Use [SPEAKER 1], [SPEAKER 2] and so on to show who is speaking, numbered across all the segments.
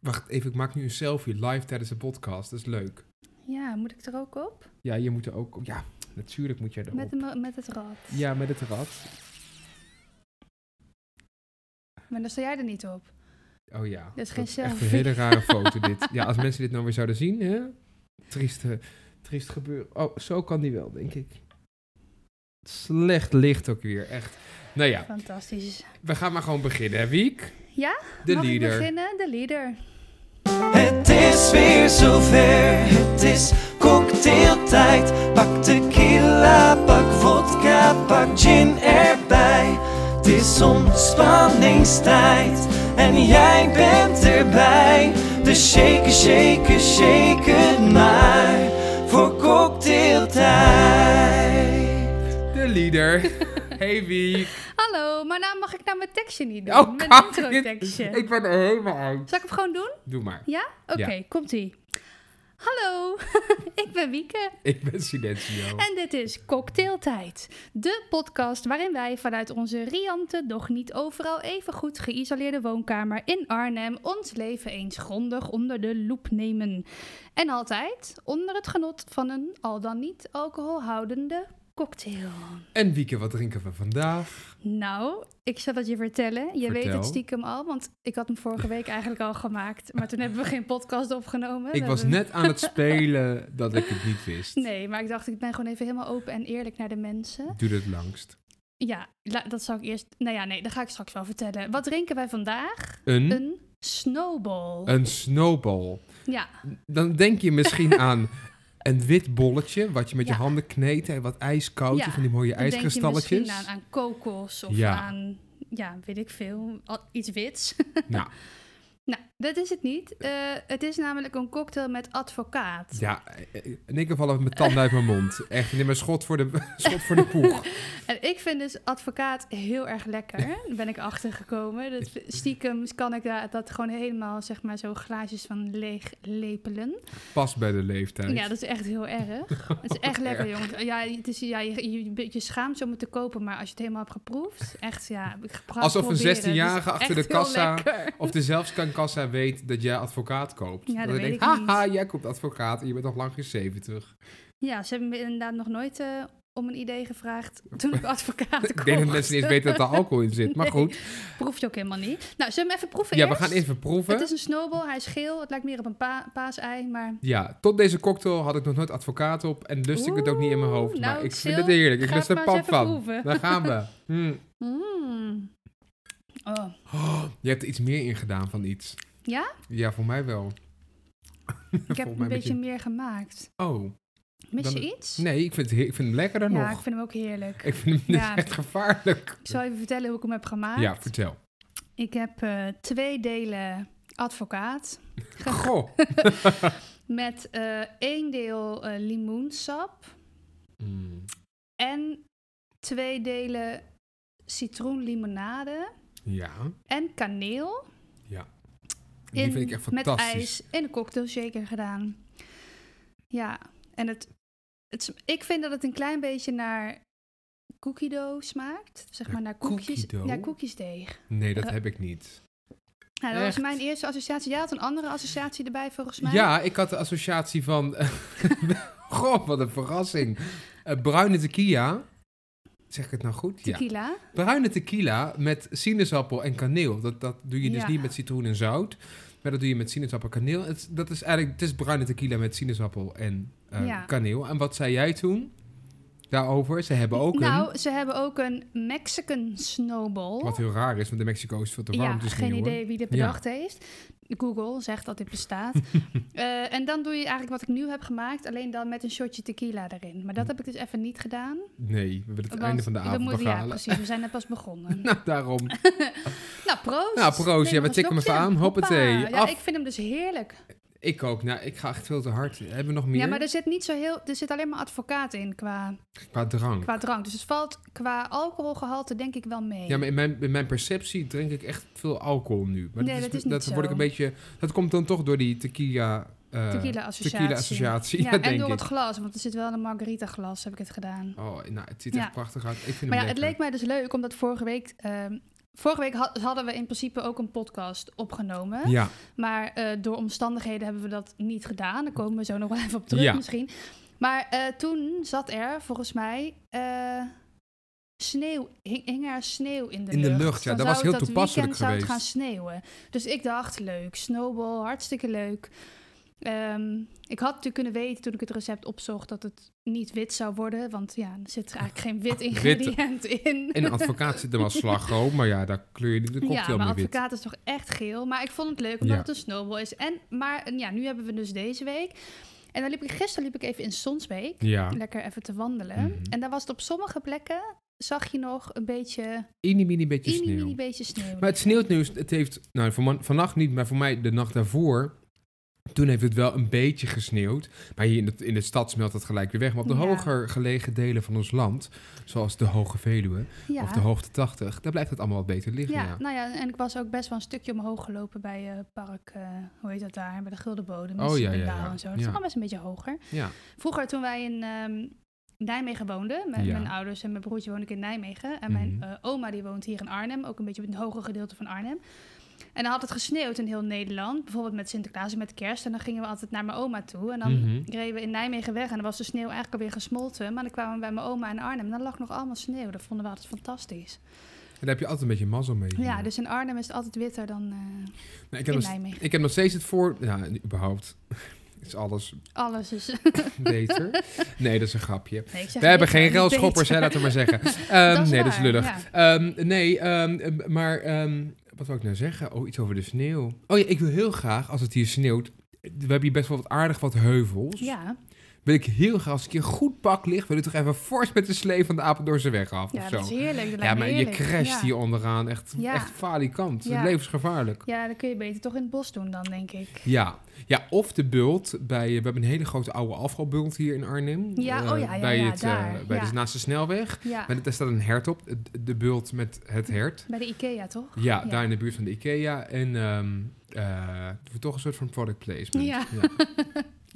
[SPEAKER 1] Wacht even, ik maak nu een selfie live tijdens de podcast. Dat is leuk.
[SPEAKER 2] Ja, moet ik er ook op?
[SPEAKER 1] Ja, je moet er ook... op- Ja, natuurlijk moet jij erop.
[SPEAKER 2] Met, de, met het rad.
[SPEAKER 1] Ja, met het rad.
[SPEAKER 2] Maar dan sta jij er niet op.
[SPEAKER 1] Oh ja.
[SPEAKER 2] Dit is geen
[SPEAKER 1] echt een
[SPEAKER 2] selfie.
[SPEAKER 1] hele rare foto dit. Ja, als mensen dit nou weer zouden zien, hè. Triest, eh, triest gebeuren. Oh, zo kan die wel, denk ik. Slecht licht ook weer, echt. Nou ja,
[SPEAKER 2] Fantastisch.
[SPEAKER 1] we gaan maar gewoon beginnen, hè, Wiek?
[SPEAKER 2] Ja?
[SPEAKER 1] De
[SPEAKER 2] Mag ik
[SPEAKER 1] leader.
[SPEAKER 2] beginnen? De leader.
[SPEAKER 3] Het is weer zover, het is cocktailtijd. Pak tequila, pak vodka, pak gin erbij. Het is ontspanningstijd en jij bent erbij. Dus shake, shake, shake het maar voor cocktailtijd.
[SPEAKER 1] De leader. Hey, Wiek.
[SPEAKER 2] Hallo, maar nou mag ik nou mijn tekstje niet doen.
[SPEAKER 1] Oh,
[SPEAKER 2] mijn
[SPEAKER 1] kak,
[SPEAKER 2] intro
[SPEAKER 1] dit-
[SPEAKER 2] tekstje.
[SPEAKER 1] Ik ben er helemaal uit.
[SPEAKER 2] Zal ik hem gewoon doen?
[SPEAKER 1] Doe maar.
[SPEAKER 2] Ja? Oké, komt ie. Hallo, ik ben Wieke
[SPEAKER 1] Ik ben Silencio.
[SPEAKER 2] en dit is Cocktailtijd. De podcast waarin wij vanuit onze riante, doch niet overal even goed geïsoleerde woonkamer in Arnhem ons leven eens grondig onder de loep nemen. En altijd onder het genot van een al dan niet alcoholhoudende cocktail.
[SPEAKER 1] En Wieke, wat drinken we vandaag?
[SPEAKER 2] Nou, ik zal het je vertellen. Je weet
[SPEAKER 1] Vertel.
[SPEAKER 2] het stiekem al, want ik had hem vorige week eigenlijk al gemaakt. Maar toen hebben we geen podcast opgenomen.
[SPEAKER 1] Ik
[SPEAKER 2] We
[SPEAKER 1] was
[SPEAKER 2] hebben-
[SPEAKER 1] net aan het spelen dat ik het niet wist.
[SPEAKER 2] Nee, maar ik dacht, ik ben gewoon even helemaal open en eerlijk naar de mensen.
[SPEAKER 1] Duurde het langst.
[SPEAKER 2] Ja, la- dat zal ik eerst... Nou ja, nee, dat ga ik straks wel vertellen. Wat drinken wij vandaag?
[SPEAKER 1] Een,
[SPEAKER 2] Een snowball.
[SPEAKER 1] een snowball.
[SPEAKER 2] Ja,
[SPEAKER 1] Dan denk je misschien aan een wit bolletje, wat je met
[SPEAKER 2] Ja.
[SPEAKER 1] je handen kneedt en wat ijskoud,
[SPEAKER 2] Ja,
[SPEAKER 1] van die mooie
[SPEAKER 2] dan denk je misschien
[SPEAKER 1] ijskristalletjes.
[SPEAKER 2] aan, aan kokos of
[SPEAKER 1] Ja.
[SPEAKER 2] aan... Ja, weet ik veel. al- Iets wits.
[SPEAKER 1] Nou,
[SPEAKER 2] nou, dat is het niet. Eh, het is namelijk een cocktail met advocaat.
[SPEAKER 1] ja, eh, in ieder geval met mijn tanden uit mijn mond. Echt, neem een schot voor de, schot voor de poeg.
[SPEAKER 2] En ik vind dus advocaat heel erg lekker. Daar ben ik achtergekomen. Dat, stiekem kan ik dat, dat gewoon helemaal, zeg maar, zo glaasjes van leeg lepelen.
[SPEAKER 1] Pas bij de leeftijd.
[SPEAKER 2] Ja, dat is echt heel erg. Het is echt lekker, jongens. Ja, het is, ja, je, je, je- je schaamt je om het te kopen, maar als je het helemaal hebt geproefd, echt, ja. Ik ga het
[SPEAKER 1] Alsof een
[SPEAKER 2] proberen.
[SPEAKER 1] 16-jarige
[SPEAKER 2] Het is
[SPEAKER 1] achter de
[SPEAKER 2] echt heel
[SPEAKER 1] kassa-
[SPEAKER 2] lekker.
[SPEAKER 1] Of de zelfscankassa weet dat jij advocaat koopt.
[SPEAKER 2] Ja, dat
[SPEAKER 1] je
[SPEAKER 2] weet
[SPEAKER 1] denkt,
[SPEAKER 2] ik niet.
[SPEAKER 1] haha, jij koopt advocaat en je bent nog lang geen 70.
[SPEAKER 2] Ja, ze hebben me inderdaad nog nooit eh, om een idee gevraagd toen ik advocaat kocht.
[SPEAKER 1] Ik denk dat mensen niet eens weten dat er alcohol in zit. Maar
[SPEAKER 2] Nee.
[SPEAKER 1] goed,
[SPEAKER 2] Proef je ook helemaal niet. Nou, zullen we hem even proeven
[SPEAKER 1] ja, we
[SPEAKER 2] eerst?
[SPEAKER 1] gaan even proeven.
[SPEAKER 2] Het is een snowball, hij is geel. Het lijkt meer op een pa paasei, maar...
[SPEAKER 1] Ja, tot deze cocktail had ik nog nooit advocaat op en lust ik het ook niet in mijn
[SPEAKER 2] Oeh,
[SPEAKER 1] hoofd. maar
[SPEAKER 2] nou,
[SPEAKER 1] ik vind
[SPEAKER 2] chill.
[SPEAKER 1] het heerlijk. Ik
[SPEAKER 2] Ga
[SPEAKER 1] lust
[SPEAKER 2] het
[SPEAKER 1] er
[SPEAKER 2] maar
[SPEAKER 1] pap
[SPEAKER 2] eens
[SPEAKER 1] van.
[SPEAKER 2] even proeven.
[SPEAKER 1] Daar gaan we. Mm.
[SPEAKER 2] Mm. Oh,
[SPEAKER 1] Oh, je hebt er iets meer in gedaan van iets.
[SPEAKER 2] Ja?
[SPEAKER 1] Ja, voor mij wel.
[SPEAKER 2] ik
[SPEAKER 1] mij
[SPEAKER 2] heb een
[SPEAKER 1] een
[SPEAKER 2] beetje,
[SPEAKER 1] beetje-
[SPEAKER 2] meer gemaakt.
[SPEAKER 1] Oh,
[SPEAKER 2] Mis
[SPEAKER 1] Dan-
[SPEAKER 2] je iets?
[SPEAKER 1] nee, ik vind, het heer- ik vind hem lekkerder
[SPEAKER 2] ja, ik
[SPEAKER 1] nog.
[SPEAKER 2] vind hem ook heerlijk.
[SPEAKER 1] Ik vind hem dus
[SPEAKER 2] Ja.
[SPEAKER 1] echt gevaarlijk.
[SPEAKER 2] Ik zal even vertellen hoe ik hem heb gemaakt.
[SPEAKER 1] Ja, vertel.
[SPEAKER 2] Ik heb eh, twee delen advocaat
[SPEAKER 1] Goh.
[SPEAKER 2] met eh, één deel eh, limoensap
[SPEAKER 1] Mm,
[SPEAKER 2] en twee delen citroenlimonade
[SPEAKER 1] ja,
[SPEAKER 2] en kaneel
[SPEAKER 1] ja. Die
[SPEAKER 2] in,
[SPEAKER 1] vind ik echt
[SPEAKER 2] met
[SPEAKER 1] fantastisch.
[SPEAKER 2] ijs in een cocktail shaker gedaan. Ja, en het, het, sm- ik vind dat het een klein beetje naar cookie dough smaakt. Zeg
[SPEAKER 1] Naar
[SPEAKER 2] maar naar koekjes,
[SPEAKER 1] cookie dough?
[SPEAKER 2] naar koekjesdeeg.
[SPEAKER 1] Nee, dat
[SPEAKER 2] Eh,
[SPEAKER 1] heb ik niet.
[SPEAKER 2] Nou, dat was
[SPEAKER 1] Echt?
[SPEAKER 2] mijn eerste associatie. Jij had een andere associatie erbij volgens mij.
[SPEAKER 1] Ja, ik had de associatie van... Goh, wat een verrassing. Eh, bruine tequila. Zeg ik het nou goed? Ja.
[SPEAKER 2] Tequila.
[SPEAKER 1] Bruine tequila met sinaasappel en kaneel. Dat, dat doe je dus
[SPEAKER 2] Ja.
[SPEAKER 1] niet met citroen en zout. Maar dat doe je met sinaasappel en kaneel. Het, dat is eigenlijk, het is bruine tequila met sinaasappel en eh,
[SPEAKER 2] Ja.
[SPEAKER 1] kaneel. En wat zei jij toen daarover? Ze hebben ook
[SPEAKER 2] nou,
[SPEAKER 1] een...
[SPEAKER 2] ze hebben ook een Mexican snowball.
[SPEAKER 1] Wat heel raar is, want in Mexico is het veel te warm.
[SPEAKER 2] ja,
[SPEAKER 1] het is
[SPEAKER 2] geen
[SPEAKER 1] nieuw, hè?
[SPEAKER 2] idee wie dit
[SPEAKER 1] Ja.
[SPEAKER 2] bedacht heeft. Google zegt dat dit bestaat. Eh, en dan doe je eigenlijk wat ik nu heb gemaakt, alleen dan met een shotje tequila erin. Maar dat heb ik dus even niet gedaan.
[SPEAKER 1] Nee, we hebben het
[SPEAKER 2] want
[SPEAKER 1] einde van de
[SPEAKER 2] we
[SPEAKER 1] avond
[SPEAKER 2] moeten-
[SPEAKER 1] nog
[SPEAKER 2] Ja,
[SPEAKER 1] halen.
[SPEAKER 2] precies. We zijn net pas begonnen.
[SPEAKER 1] Nou, daarom.
[SPEAKER 2] nou, proost.
[SPEAKER 1] Nou, proost.
[SPEAKER 2] Neem
[SPEAKER 1] Ja, we
[SPEAKER 2] nog een
[SPEAKER 1] tikken hem
[SPEAKER 2] slokje.
[SPEAKER 1] even aan. Hoppatee.
[SPEAKER 2] Hoppa. Ja,
[SPEAKER 1] Af.
[SPEAKER 2] ik vind hem dus heerlijk.
[SPEAKER 1] Ik ook. Nou, ik ga echt veel te hard. Hebben we nog meer?
[SPEAKER 2] Ja, maar er zit niet zo heel... Er zit alleen maar advocaat in qua,
[SPEAKER 1] Qua drank.
[SPEAKER 2] qua drank. Dus het valt qua alcoholgehalte denk ik wel mee.
[SPEAKER 1] Ja, maar in mijn, in mijn perceptie drink ik echt veel alcohol nu. Maar
[SPEAKER 2] Nee, dat is niet
[SPEAKER 1] dat word ik
[SPEAKER 2] zo.
[SPEAKER 1] een beetje. Dat komt dan toch door die tequila. eh,
[SPEAKER 2] Tequila-associatie.
[SPEAKER 1] tequila-associatie,
[SPEAKER 2] Ja,
[SPEAKER 1] ja,
[SPEAKER 2] en
[SPEAKER 1] denk
[SPEAKER 2] door het
[SPEAKER 1] ik.
[SPEAKER 2] glas, want er zit wel een margarita-glas, heb ik het gedaan.
[SPEAKER 1] Oh, nou, het ziet
[SPEAKER 2] Ja.
[SPEAKER 1] echt prachtig uit. Ik vind
[SPEAKER 2] Maar ja,
[SPEAKER 1] hem
[SPEAKER 2] het
[SPEAKER 1] lekker.
[SPEAKER 2] leek mij dus leuk, omdat vorige week ehm, Vorige week ha- hadden we in principe ook een podcast opgenomen.
[SPEAKER 1] Ja,
[SPEAKER 2] Maar eh, door omstandigheden hebben we dat niet gedaan. Daar komen we zo nog wel even op terug
[SPEAKER 1] Ja.
[SPEAKER 2] misschien. Maar eh, toen zat er volgens mij eh, sneeuw, hing, hing er sneeuw in de
[SPEAKER 1] In de
[SPEAKER 2] lucht.
[SPEAKER 1] lucht, ja.
[SPEAKER 2] Dan
[SPEAKER 1] Dat was
[SPEAKER 2] zou het
[SPEAKER 1] heel toepasselijk
[SPEAKER 2] weekend zou het gaan
[SPEAKER 1] geweest.
[SPEAKER 2] sneeuwen. Dus ik dacht, leuk, snowball, hartstikke leuk. Ehm, ik had natuurlijk kunnen weten toen ik het recept opzocht dat het niet wit zou worden. Want ja, er zit eigenlijk geen wit ingrediënt in.
[SPEAKER 1] en een advocaat zit er wel slagroom, maar ja, daar kleur je de cocktail
[SPEAKER 2] Ja, maar
[SPEAKER 1] mee wit.
[SPEAKER 2] advocaat is toch echt geel. Maar ik vond het leuk omdat
[SPEAKER 1] Ja.
[SPEAKER 2] het een snowball is. En, maar ja, nu hebben we dus deze week. En dan liep ik, gisteren liep ik even in Sonsbeek.
[SPEAKER 1] Ja,
[SPEAKER 2] Lekker even te wandelen.
[SPEAKER 1] Mhm.
[SPEAKER 2] En daar was het op sommige plekken, zag je nog een beetje,
[SPEAKER 1] een mini beetje
[SPEAKER 2] een
[SPEAKER 1] sneeuw.
[SPEAKER 2] mini beetje sneeuw.
[SPEAKER 1] Maar het sneeuwt nu, het heeft, nou voor man- vannacht niet, maar voor mij de nacht daarvoor, toen heeft het wel een beetje gesneeuwd. Maar hier in de, in de stad smelt het gelijk weer weg. Maar op de
[SPEAKER 2] Ja.
[SPEAKER 1] hoger gelegen delen van ons land, zoals de Hoge Veluwe
[SPEAKER 2] ja.
[SPEAKER 1] of de Hoogte 80, daar blijft het allemaal wat beter liggen.
[SPEAKER 2] ja,
[SPEAKER 1] Ja,
[SPEAKER 2] nou ja, en ik was ook best wel een stukje omhoog gelopen bij eh park, eh, hoe heet dat daar, bij de Gulden Bodem,
[SPEAKER 1] Oh, ja, ja,
[SPEAKER 2] Sippendaal
[SPEAKER 1] ja.
[SPEAKER 2] en zo. Dat
[SPEAKER 1] Ja.
[SPEAKER 2] is allemaal best een beetje hoger.
[SPEAKER 1] ja.
[SPEAKER 2] Vroeger toen wij in ehm, Nijmegen woonden, met
[SPEAKER 1] Ja.
[SPEAKER 2] mijn ouders en mijn broertje woon ik in Nijmegen. En mijn
[SPEAKER 1] Mhm.
[SPEAKER 2] eh, oma die woont hier in Arnhem, ook een beetje op het hoger gedeelte van Arnhem. En dan had het gesneeuwd in heel Nederland, bijvoorbeeld met Sinterklaas en met kerst. En dan gingen we altijd naar mijn oma toe. En dan
[SPEAKER 1] Mhm.
[SPEAKER 2] reden we in Nijmegen weg en dan was de sneeuw eigenlijk alweer gesmolten. Maar dan kwamen we bij mijn oma in Arnhem en dan lag nog allemaal sneeuw. Dat vonden we altijd fantastisch.
[SPEAKER 1] En daar heb je altijd een beetje mazzel mee.
[SPEAKER 2] Ja,
[SPEAKER 1] hier.
[SPEAKER 2] dus in Arnhem is het altijd witter dan eh,
[SPEAKER 1] Nou, ik,
[SPEAKER 2] in
[SPEAKER 1] heb nog,
[SPEAKER 2] Nijmegen.
[SPEAKER 1] ik heb nog steeds het voor... Ja, überhaupt is alles
[SPEAKER 2] Alles is...
[SPEAKER 1] beter. nee, dat is een grapje.
[SPEAKER 2] Nee, ik zeg
[SPEAKER 1] We hebben
[SPEAKER 2] witter,
[SPEAKER 1] geen
[SPEAKER 2] niet
[SPEAKER 1] railschoppers,
[SPEAKER 2] beter.
[SPEAKER 1] hè, laten we maar zeggen. Ehm,
[SPEAKER 2] Dat is
[SPEAKER 1] nee, dat is
[SPEAKER 2] waar,
[SPEAKER 1] lullig.
[SPEAKER 2] ja.
[SPEAKER 1] Ehm, nee, ehm, eh, maar ehm, wat wil ik nou zeggen? Oh, iets over de sneeuw. Oh ja, ik wil heel graag, als het hier sneeuwt... We hebben hier best wel wat aardig wat heuvels.
[SPEAKER 2] Ja,
[SPEAKER 1] Wil ik heel graag, als ik hier goed pak lig... wil ik toch even fors met de slee van de Apeldoornse weg af
[SPEAKER 2] ja
[SPEAKER 1] of zo.
[SPEAKER 2] dat is heerlijk. dat
[SPEAKER 1] ja,
[SPEAKER 2] lijkt me
[SPEAKER 1] maar
[SPEAKER 2] heerlijk.
[SPEAKER 1] je crasht
[SPEAKER 2] Ja.
[SPEAKER 1] hier onderaan. Echt,
[SPEAKER 2] Ja.
[SPEAKER 1] echt falikant.
[SPEAKER 2] Ja.
[SPEAKER 1] Levensgevaarlijk.
[SPEAKER 2] Ja, dan kun je beter toch in het bos doen dan, denk ik.
[SPEAKER 1] Ja. ja, of de bult. Bij, eh, we hebben een hele grote oude afvalbult hier in Arnhem.
[SPEAKER 2] Ja,
[SPEAKER 1] Eh,
[SPEAKER 2] oh ja, ja,
[SPEAKER 1] bij
[SPEAKER 2] ja,
[SPEAKER 1] het, eh,
[SPEAKER 2] daar,
[SPEAKER 1] bij
[SPEAKER 2] ja.
[SPEAKER 1] dus naast de snelweg.
[SPEAKER 2] Ja,
[SPEAKER 1] Maar daar staat een hert op. De- De bult met het hert.
[SPEAKER 2] bij de IKEA toch?
[SPEAKER 1] Ja,
[SPEAKER 2] Ja.
[SPEAKER 1] daar in de buurt van de Ikea. En ehm eh, doen we toch een soort van product placement.
[SPEAKER 2] Ja. Hmm.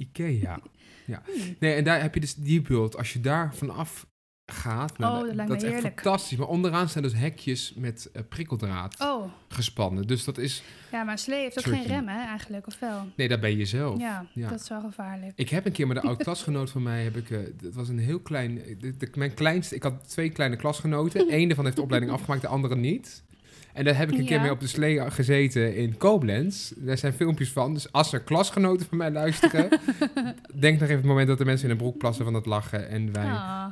[SPEAKER 1] Ikea. Ja. Nee, en daar heb je dus die bult. Als je daar vanaf gaat, nou,
[SPEAKER 2] Oh, dat lijkt me
[SPEAKER 1] is echt
[SPEAKER 2] heerlijk.
[SPEAKER 1] fantastisch. Maar onderaan staan dus hekjes met eh, prikkeldraad
[SPEAKER 2] Oh,
[SPEAKER 1] gespannen. Dus dat is...
[SPEAKER 2] ja, maar een slee heeft ook
[SPEAKER 1] Tricky.
[SPEAKER 2] geen rem, hè, eigenlijk, of wel?
[SPEAKER 1] Nee, daar ben je zelf.
[SPEAKER 2] Ja,
[SPEAKER 1] Oh, ja.
[SPEAKER 2] dat is wel gevaarlijk.
[SPEAKER 1] Ik heb een keer met een oud klasgenoot van mij, heb ik, eh, het was een heel klein, eh, de, de- mijn kleinste, ik had twee kleine klasgenoten. Eén daarvan heeft de opleiding afgemaakt, de andere niet. En daar heb ik een keer
[SPEAKER 2] Ja.
[SPEAKER 1] mee op de slee gezeten in Koblenz. Daar zijn filmpjes van. Dus als er klasgenoten van mij luisteren, denk nog even het moment dat de mensen in een broek plassen van het lachen. En wij
[SPEAKER 2] Ah,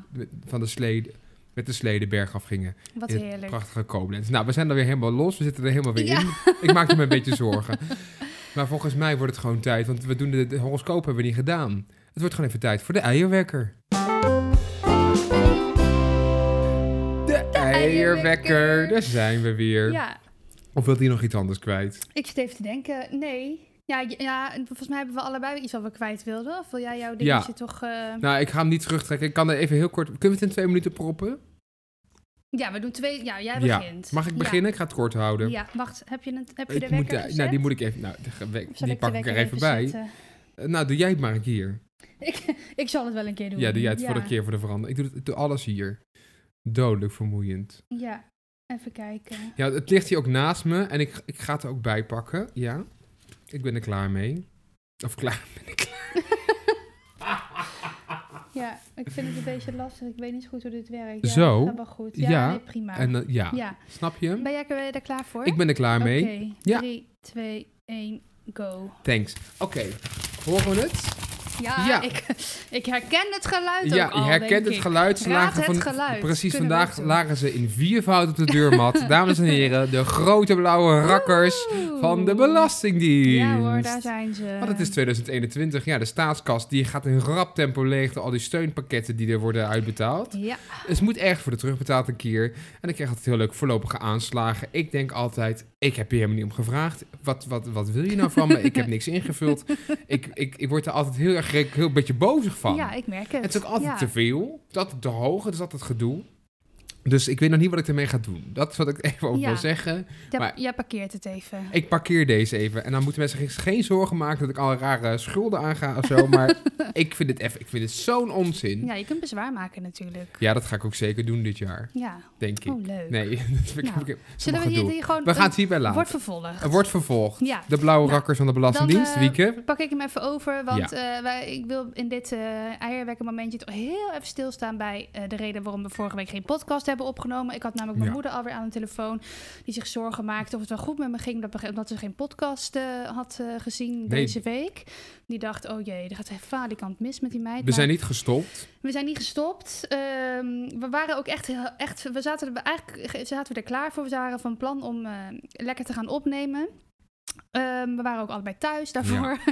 [SPEAKER 1] van de slee, met de slee de berg afgingen.
[SPEAKER 2] wat
[SPEAKER 1] in het
[SPEAKER 2] heerlijk.
[SPEAKER 1] Prachtige Koblenz. Nou, we zijn er weer helemaal los. We zitten er helemaal weer
[SPEAKER 2] Ja.
[SPEAKER 1] in. Ik maakte me een beetje zorgen. Maar volgens mij wordt het gewoon tijd. Want we doen de, de horoscoop hebben we niet gedaan. Het wordt gewoon even tijd voor de eierwekker. De eierwekker. Daar zijn we weer.
[SPEAKER 2] Ja,
[SPEAKER 1] Of wilt hij nog iets anders kwijt?
[SPEAKER 2] ik zit even te denken, nee. Ja, j- ja, en volgens mij hebben we allebei iets wat we kwijt wilden. Of wil jij jouw dingetje toch... eh,
[SPEAKER 1] Nou, ik ga hem niet terugtrekken. Ik kan er even heel kort... Kunnen we het in twee minuten proppen?
[SPEAKER 2] Ja, we doen twee... Ja, jij
[SPEAKER 1] Ja.
[SPEAKER 2] begint.
[SPEAKER 1] Mag ik
[SPEAKER 2] Ja.
[SPEAKER 1] beginnen? Ik ga het kort houden.
[SPEAKER 2] Ja, wacht. Heb je, een, heb je
[SPEAKER 1] Ik
[SPEAKER 2] de
[SPEAKER 1] moet,
[SPEAKER 2] wekker gezet?
[SPEAKER 1] nou, die moet ik even... Nou, de-
[SPEAKER 2] Of
[SPEAKER 1] die
[SPEAKER 2] zal de
[SPEAKER 1] pak ik er
[SPEAKER 2] wekker
[SPEAKER 1] even bij.
[SPEAKER 2] zetten?
[SPEAKER 1] Eh, Nou, doe jij het maar een keer.
[SPEAKER 2] Ik, ik zal het wel een keer doen.
[SPEAKER 1] Ja, doe jij het
[SPEAKER 2] ja.
[SPEAKER 1] voor de keer voor de verandering. Ik doe, het, ik doe alles hier. Dodelijk vermoeiend.
[SPEAKER 2] Ja, even kijken.
[SPEAKER 1] Ja, het ligt hier ook naast me en ik, ik ga het er ook bij pakken. Ja, ik ben er klaar mee. Of klaar ben ik klaar.
[SPEAKER 2] Ja, ik vind het een beetje lastig. Ik weet niet zo goed hoe dit werkt. Ja,
[SPEAKER 1] Zo.
[SPEAKER 2] dat gaat wel goed. Ja,
[SPEAKER 1] Ja,
[SPEAKER 2] nee, prima.
[SPEAKER 1] En dan- ja.
[SPEAKER 2] ja.
[SPEAKER 1] snap je?
[SPEAKER 2] Ben jij ben je daar klaar voor?
[SPEAKER 1] Ik ben er klaar mee.
[SPEAKER 2] Oké,
[SPEAKER 1] Ja.
[SPEAKER 2] 3, 2, 1, go.
[SPEAKER 1] Thanks. Oké, horen we het?
[SPEAKER 2] Ja,
[SPEAKER 1] Ja.
[SPEAKER 2] Ik, ik herken het geluid
[SPEAKER 1] ja,
[SPEAKER 2] ook al,
[SPEAKER 1] je herkent
[SPEAKER 2] denk
[SPEAKER 1] het
[SPEAKER 2] ik.
[SPEAKER 1] geluid. Ze
[SPEAKER 2] Raad
[SPEAKER 1] lagen
[SPEAKER 2] het geluid.
[SPEAKER 1] Precies,
[SPEAKER 2] Kunnen we ook
[SPEAKER 1] vandaag
[SPEAKER 2] doen.
[SPEAKER 1] lagen ze in viervoud op de deurmat. Dames en heren, de grote blauwe rakkers
[SPEAKER 2] Oeh.
[SPEAKER 1] van de Belastingdienst.
[SPEAKER 2] Ja hoor, daar zijn ze.
[SPEAKER 1] Want het is 2021, ja, de staatskas die gaat in rap tempo leeg door al die steunpakketten die er worden uitbetaald.
[SPEAKER 2] Ja,
[SPEAKER 1] Dus het moet erg voor de terugbetaald een keer. En ik krijg altijd heel leuk voorlopige aanslagen. Ik denk altijd, ik heb hier helemaal niet om gevraagd. Wat, wat, wat wil je nou van me? Ik heb niks ingevuld. Ik, ik, ik word er altijd heel erg gek- heel een beetje bozig van.
[SPEAKER 2] ja, ik merk het.
[SPEAKER 1] het is ook altijd
[SPEAKER 2] Ja.
[SPEAKER 1] te veel, het is altijd te hoog, het is altijd gedoe. Dus ik weet nog niet wat ik ermee ga doen. Dat is wat ik even over
[SPEAKER 2] Ja.
[SPEAKER 1] wil zeggen.
[SPEAKER 2] Jij,
[SPEAKER 1] Maar-
[SPEAKER 2] jij parkeert het even.
[SPEAKER 1] Ik parkeer deze even. En dan moeten mensen zich geen zorgen maken dat ik al rare schulden aanga of zo. Maar ik vind het even, ik vind het zo'n onzin. Ja.
[SPEAKER 2] Ja, je kunt bezwaar maken natuurlijk.
[SPEAKER 1] dat ga ik ook zeker doen dit jaar,
[SPEAKER 2] Ja,
[SPEAKER 1] denk ik.
[SPEAKER 2] oh leuk.
[SPEAKER 1] Nee, dat vind ik,
[SPEAKER 2] Nou,
[SPEAKER 1] vind ik-
[SPEAKER 2] Zullen we
[SPEAKER 1] mag
[SPEAKER 2] hier,
[SPEAKER 1] gedoe.
[SPEAKER 2] hier gewoon...
[SPEAKER 1] We gaan het hierbij laten.
[SPEAKER 2] Wordt vervolgd.
[SPEAKER 1] Er wordt vervolgd.
[SPEAKER 2] Ja.
[SPEAKER 1] De blauwe
[SPEAKER 2] Nou,
[SPEAKER 1] rakkers van de Belastingdienst,
[SPEAKER 2] dan, eh,
[SPEAKER 1] Wieke.
[SPEAKER 2] Pak ik hem even over, want eh, wij, ik wil in dit eh eierwekken momentje toch heel even stilstaan bij eh, de reden waarom we vorige week geen podcast hebben opgenomen. Ik had namelijk mijn
[SPEAKER 1] Ja.
[SPEAKER 2] moeder alweer aan de telefoon, die zich zorgen maakte of het wel goed met me ging, dat- omdat ze geen podcast eh, had eh, gezien deze week. Die dacht, oh jee, er gaat even falikant mis met die meid.
[SPEAKER 1] We
[SPEAKER 2] Maar-
[SPEAKER 1] zijn niet gestopt.
[SPEAKER 2] we zijn niet gestopt. Ehm, we waren ook echt, heel- echt we zaten er, eigenlijk ge- zaten we er klaar voor. We waren van plan om eh, lekker te gaan opnemen. Ehm, we waren ook allebei thuis daarvoor.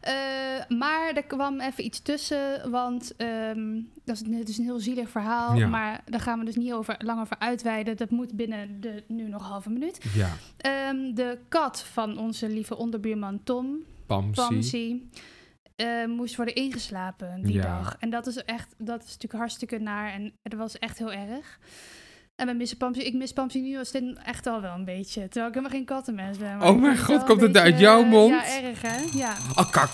[SPEAKER 2] Eh, maar er kwam even iets tussen, want ehm, dat is, een- het is een heel zielig verhaal.
[SPEAKER 1] Ja.
[SPEAKER 2] Maar daar gaan we dus niet over, lang over uitweiden. Dat moet binnen de nu nog halve minuut.
[SPEAKER 1] Ja,
[SPEAKER 2] Ehm, de kat van onze lieve onderbuurman Tom,
[SPEAKER 1] Pamsi.
[SPEAKER 2] Pamsi eh, moest worden ingeslapen die
[SPEAKER 1] Ja.
[SPEAKER 2] dag. En dat is echt, dat is natuurlijk hartstikke naar en dat was echt heel erg. En we missen Pamsi, ik mis Pamsi nu als dit echt al wel een beetje. Terwijl ik helemaal geen kattenmens ben. maar
[SPEAKER 1] Oh
[SPEAKER 2] ik
[SPEAKER 1] mijn
[SPEAKER 2] vind
[SPEAKER 1] god,
[SPEAKER 2] wel
[SPEAKER 1] komt
[SPEAKER 2] een
[SPEAKER 1] het uit
[SPEAKER 2] beetje,
[SPEAKER 1] jouw
[SPEAKER 2] eh,
[SPEAKER 1] mond?
[SPEAKER 2] Ja, erg hè? Ja.
[SPEAKER 1] Oh, kak.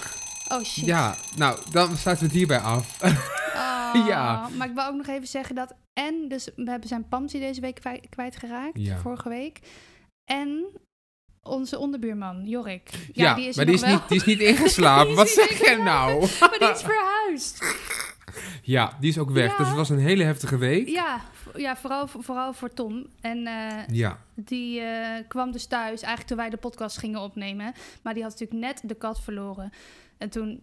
[SPEAKER 2] Oh shit.
[SPEAKER 1] Ja, nou, dan sluiten we het hierbij af.
[SPEAKER 2] Ah,
[SPEAKER 1] Ja.
[SPEAKER 2] Maar ik wil ook nog even zeggen dat. En, dus we hebben zijn Pamsi deze week kwij- kwijtgeraakt,
[SPEAKER 1] Ja.
[SPEAKER 2] vorige week. En onze onderbuurman, Jorik. Ja,
[SPEAKER 1] Ja,
[SPEAKER 2] die is
[SPEAKER 1] maar
[SPEAKER 2] er
[SPEAKER 1] die is,
[SPEAKER 2] nog wel.
[SPEAKER 1] niet, die is niet ingeslapen.
[SPEAKER 2] Die is
[SPEAKER 1] Wat
[SPEAKER 2] niet
[SPEAKER 1] zeg jij nou?
[SPEAKER 2] Maar die is verhuisd.
[SPEAKER 1] Ja, die is ook weg.
[SPEAKER 2] Ja.
[SPEAKER 1] Dus het was een hele heftige week.
[SPEAKER 2] Ja, v- ja vooral, vooral voor Tom. En eh,
[SPEAKER 1] Ja,
[SPEAKER 2] die eh, kwam dus thuis, eigenlijk toen wij de podcast gingen opnemen. Maar die had natuurlijk net de kat verloren. En toen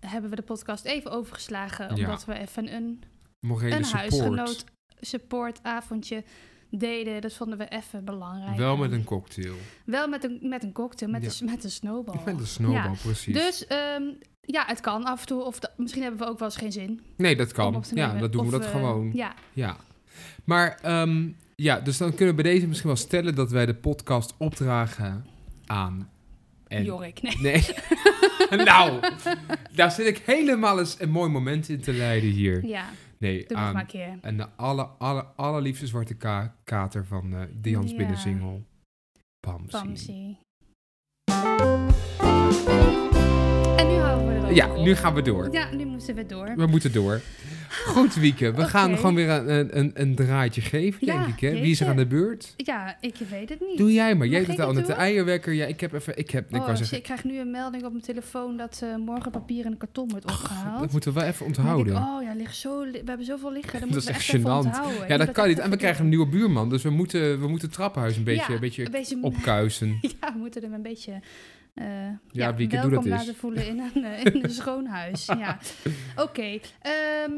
[SPEAKER 2] hebben we de podcast even overgeslagen,
[SPEAKER 1] Ja.
[SPEAKER 2] omdat we even een,
[SPEAKER 1] morele
[SPEAKER 2] een
[SPEAKER 1] support.
[SPEAKER 2] huisgenoot supportavondje deden. Dat vonden we even belangrijk.
[SPEAKER 1] Wel met een cocktail.
[SPEAKER 2] Wel met een, met een cocktail, met,
[SPEAKER 1] Ja.
[SPEAKER 2] een, s- met een snowball.
[SPEAKER 1] Met een snowball, precies.
[SPEAKER 2] Oh. Dus ehm, ja, het kan af en toe. Of da- misschien hebben we ook wel eens geen zin
[SPEAKER 1] nee, dat
[SPEAKER 2] om
[SPEAKER 1] kan.
[SPEAKER 2] op te
[SPEAKER 1] Ja,
[SPEAKER 2] nemen.
[SPEAKER 1] dat doen we
[SPEAKER 2] Of,
[SPEAKER 1] dat
[SPEAKER 2] eh,
[SPEAKER 1] gewoon. Ja.
[SPEAKER 2] Ja,
[SPEAKER 1] Maar, ehm, ja, dus dan kunnen we bij deze misschien wel stellen dat wij de podcast opdragen aan... En...
[SPEAKER 2] Jorik. Nee.
[SPEAKER 1] Nee. nou, daar zit ik helemaal eens een mooi moment in te leiden hier.
[SPEAKER 2] Ja,
[SPEAKER 1] Nee,
[SPEAKER 2] doe nog
[SPEAKER 1] aan
[SPEAKER 2] maar een keer.
[SPEAKER 1] En de alle, alle, allerliefste zwarte ka- kater van eh de Jans
[SPEAKER 2] Ja.
[SPEAKER 1] Binnensingel. Pamsi.
[SPEAKER 2] Pamsi. En nu houden we er ook
[SPEAKER 1] Ja,
[SPEAKER 2] op.
[SPEAKER 1] nu gaan we door.
[SPEAKER 2] Ja, nu moeten we door.
[SPEAKER 1] We moeten door. Goed, Wieke. We
[SPEAKER 2] Oké.
[SPEAKER 1] gaan gewoon weer een, een- een, een draadje geven,
[SPEAKER 2] Ja,
[SPEAKER 1] denk ik. Hè? Wie is er
[SPEAKER 2] jeetje.
[SPEAKER 1] aan de beurt?
[SPEAKER 2] Ja, ik weet het niet.
[SPEAKER 1] Doe jij maar. Jij
[SPEAKER 2] Mag
[SPEAKER 1] doet
[SPEAKER 2] ik
[SPEAKER 1] al
[SPEAKER 2] het
[SPEAKER 1] met de
[SPEAKER 2] doen?
[SPEAKER 1] eierwekker. Ja, ik heb even... Ik, heb, ik
[SPEAKER 2] oh,
[SPEAKER 1] wou
[SPEAKER 2] shit,
[SPEAKER 1] zeggen,
[SPEAKER 2] ik krijg nu een melding op mijn telefoon dat eh, morgen papier en karton wordt opgehaald.
[SPEAKER 1] Oh, dat moeten we wel even
[SPEAKER 2] Dan denk ik,
[SPEAKER 1] onthouden.
[SPEAKER 2] oh ja, ligt zo li- we hebben zoveel liggen. Dat,
[SPEAKER 1] Dat
[SPEAKER 2] moeten
[SPEAKER 1] is
[SPEAKER 2] we echt
[SPEAKER 1] echt
[SPEAKER 2] even
[SPEAKER 1] gênant.
[SPEAKER 2] onthouden. Ik
[SPEAKER 1] ja,
[SPEAKER 2] moet
[SPEAKER 1] dat kan niet.
[SPEAKER 2] echt
[SPEAKER 1] En we
[SPEAKER 2] even
[SPEAKER 1] krijgen
[SPEAKER 2] doen.
[SPEAKER 1] een nieuwe buurman. Dus we moeten, we moeten het trappenhuis een beetje,
[SPEAKER 2] Ja,
[SPEAKER 1] een beetje
[SPEAKER 2] beetje-
[SPEAKER 1] opkuisen.
[SPEAKER 2] Ja, we moeten hem een beetje... eh
[SPEAKER 1] Ja, Wieke, doe
[SPEAKER 2] welkom
[SPEAKER 1] dat eens.
[SPEAKER 2] laten voelen in een, eh, in een schoonhuis. Ja. Oké. ehm,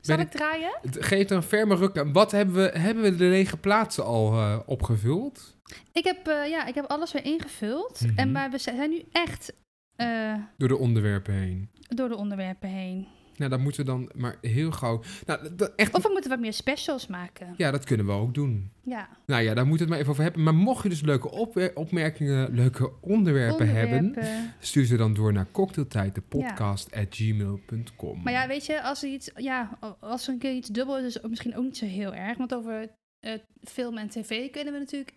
[SPEAKER 2] zal
[SPEAKER 1] Ben
[SPEAKER 2] ik draaien?
[SPEAKER 1] Het Geeft een ferme ruk. aan. Wat hebben we, hebben we de lege plaatsen al eh, opgevuld?
[SPEAKER 2] Ik heb, eh, ja, ik heb alles weer ingevuld.
[SPEAKER 1] Mhm.
[SPEAKER 2] en, maar we zijn nu echt eh,
[SPEAKER 1] Door de onderwerpen heen.
[SPEAKER 2] door de onderwerpen heen.
[SPEAKER 1] Nou, dat moeten we dan maar heel gauw... Nou, dat- dat, echt...
[SPEAKER 2] Of we moeten wat meer specials maken.
[SPEAKER 1] Ja, dat kunnen we ook doen.
[SPEAKER 2] Ja,
[SPEAKER 1] Nou ja, daar moeten we het maar even over hebben. Maar mocht je dus leuke opwe- opmerkingen, leuke onderwerpen, hebben...
[SPEAKER 2] onderwerpen.
[SPEAKER 1] stuur ze dan door naar cocktailtijd, de podcast, at gmail.com.
[SPEAKER 2] Maar ja, weet je, als er iets, ja, als er een keer iets dubbel is, is het misschien ook niet zo heel erg. Want over eh, film en tv kunnen we natuurlijk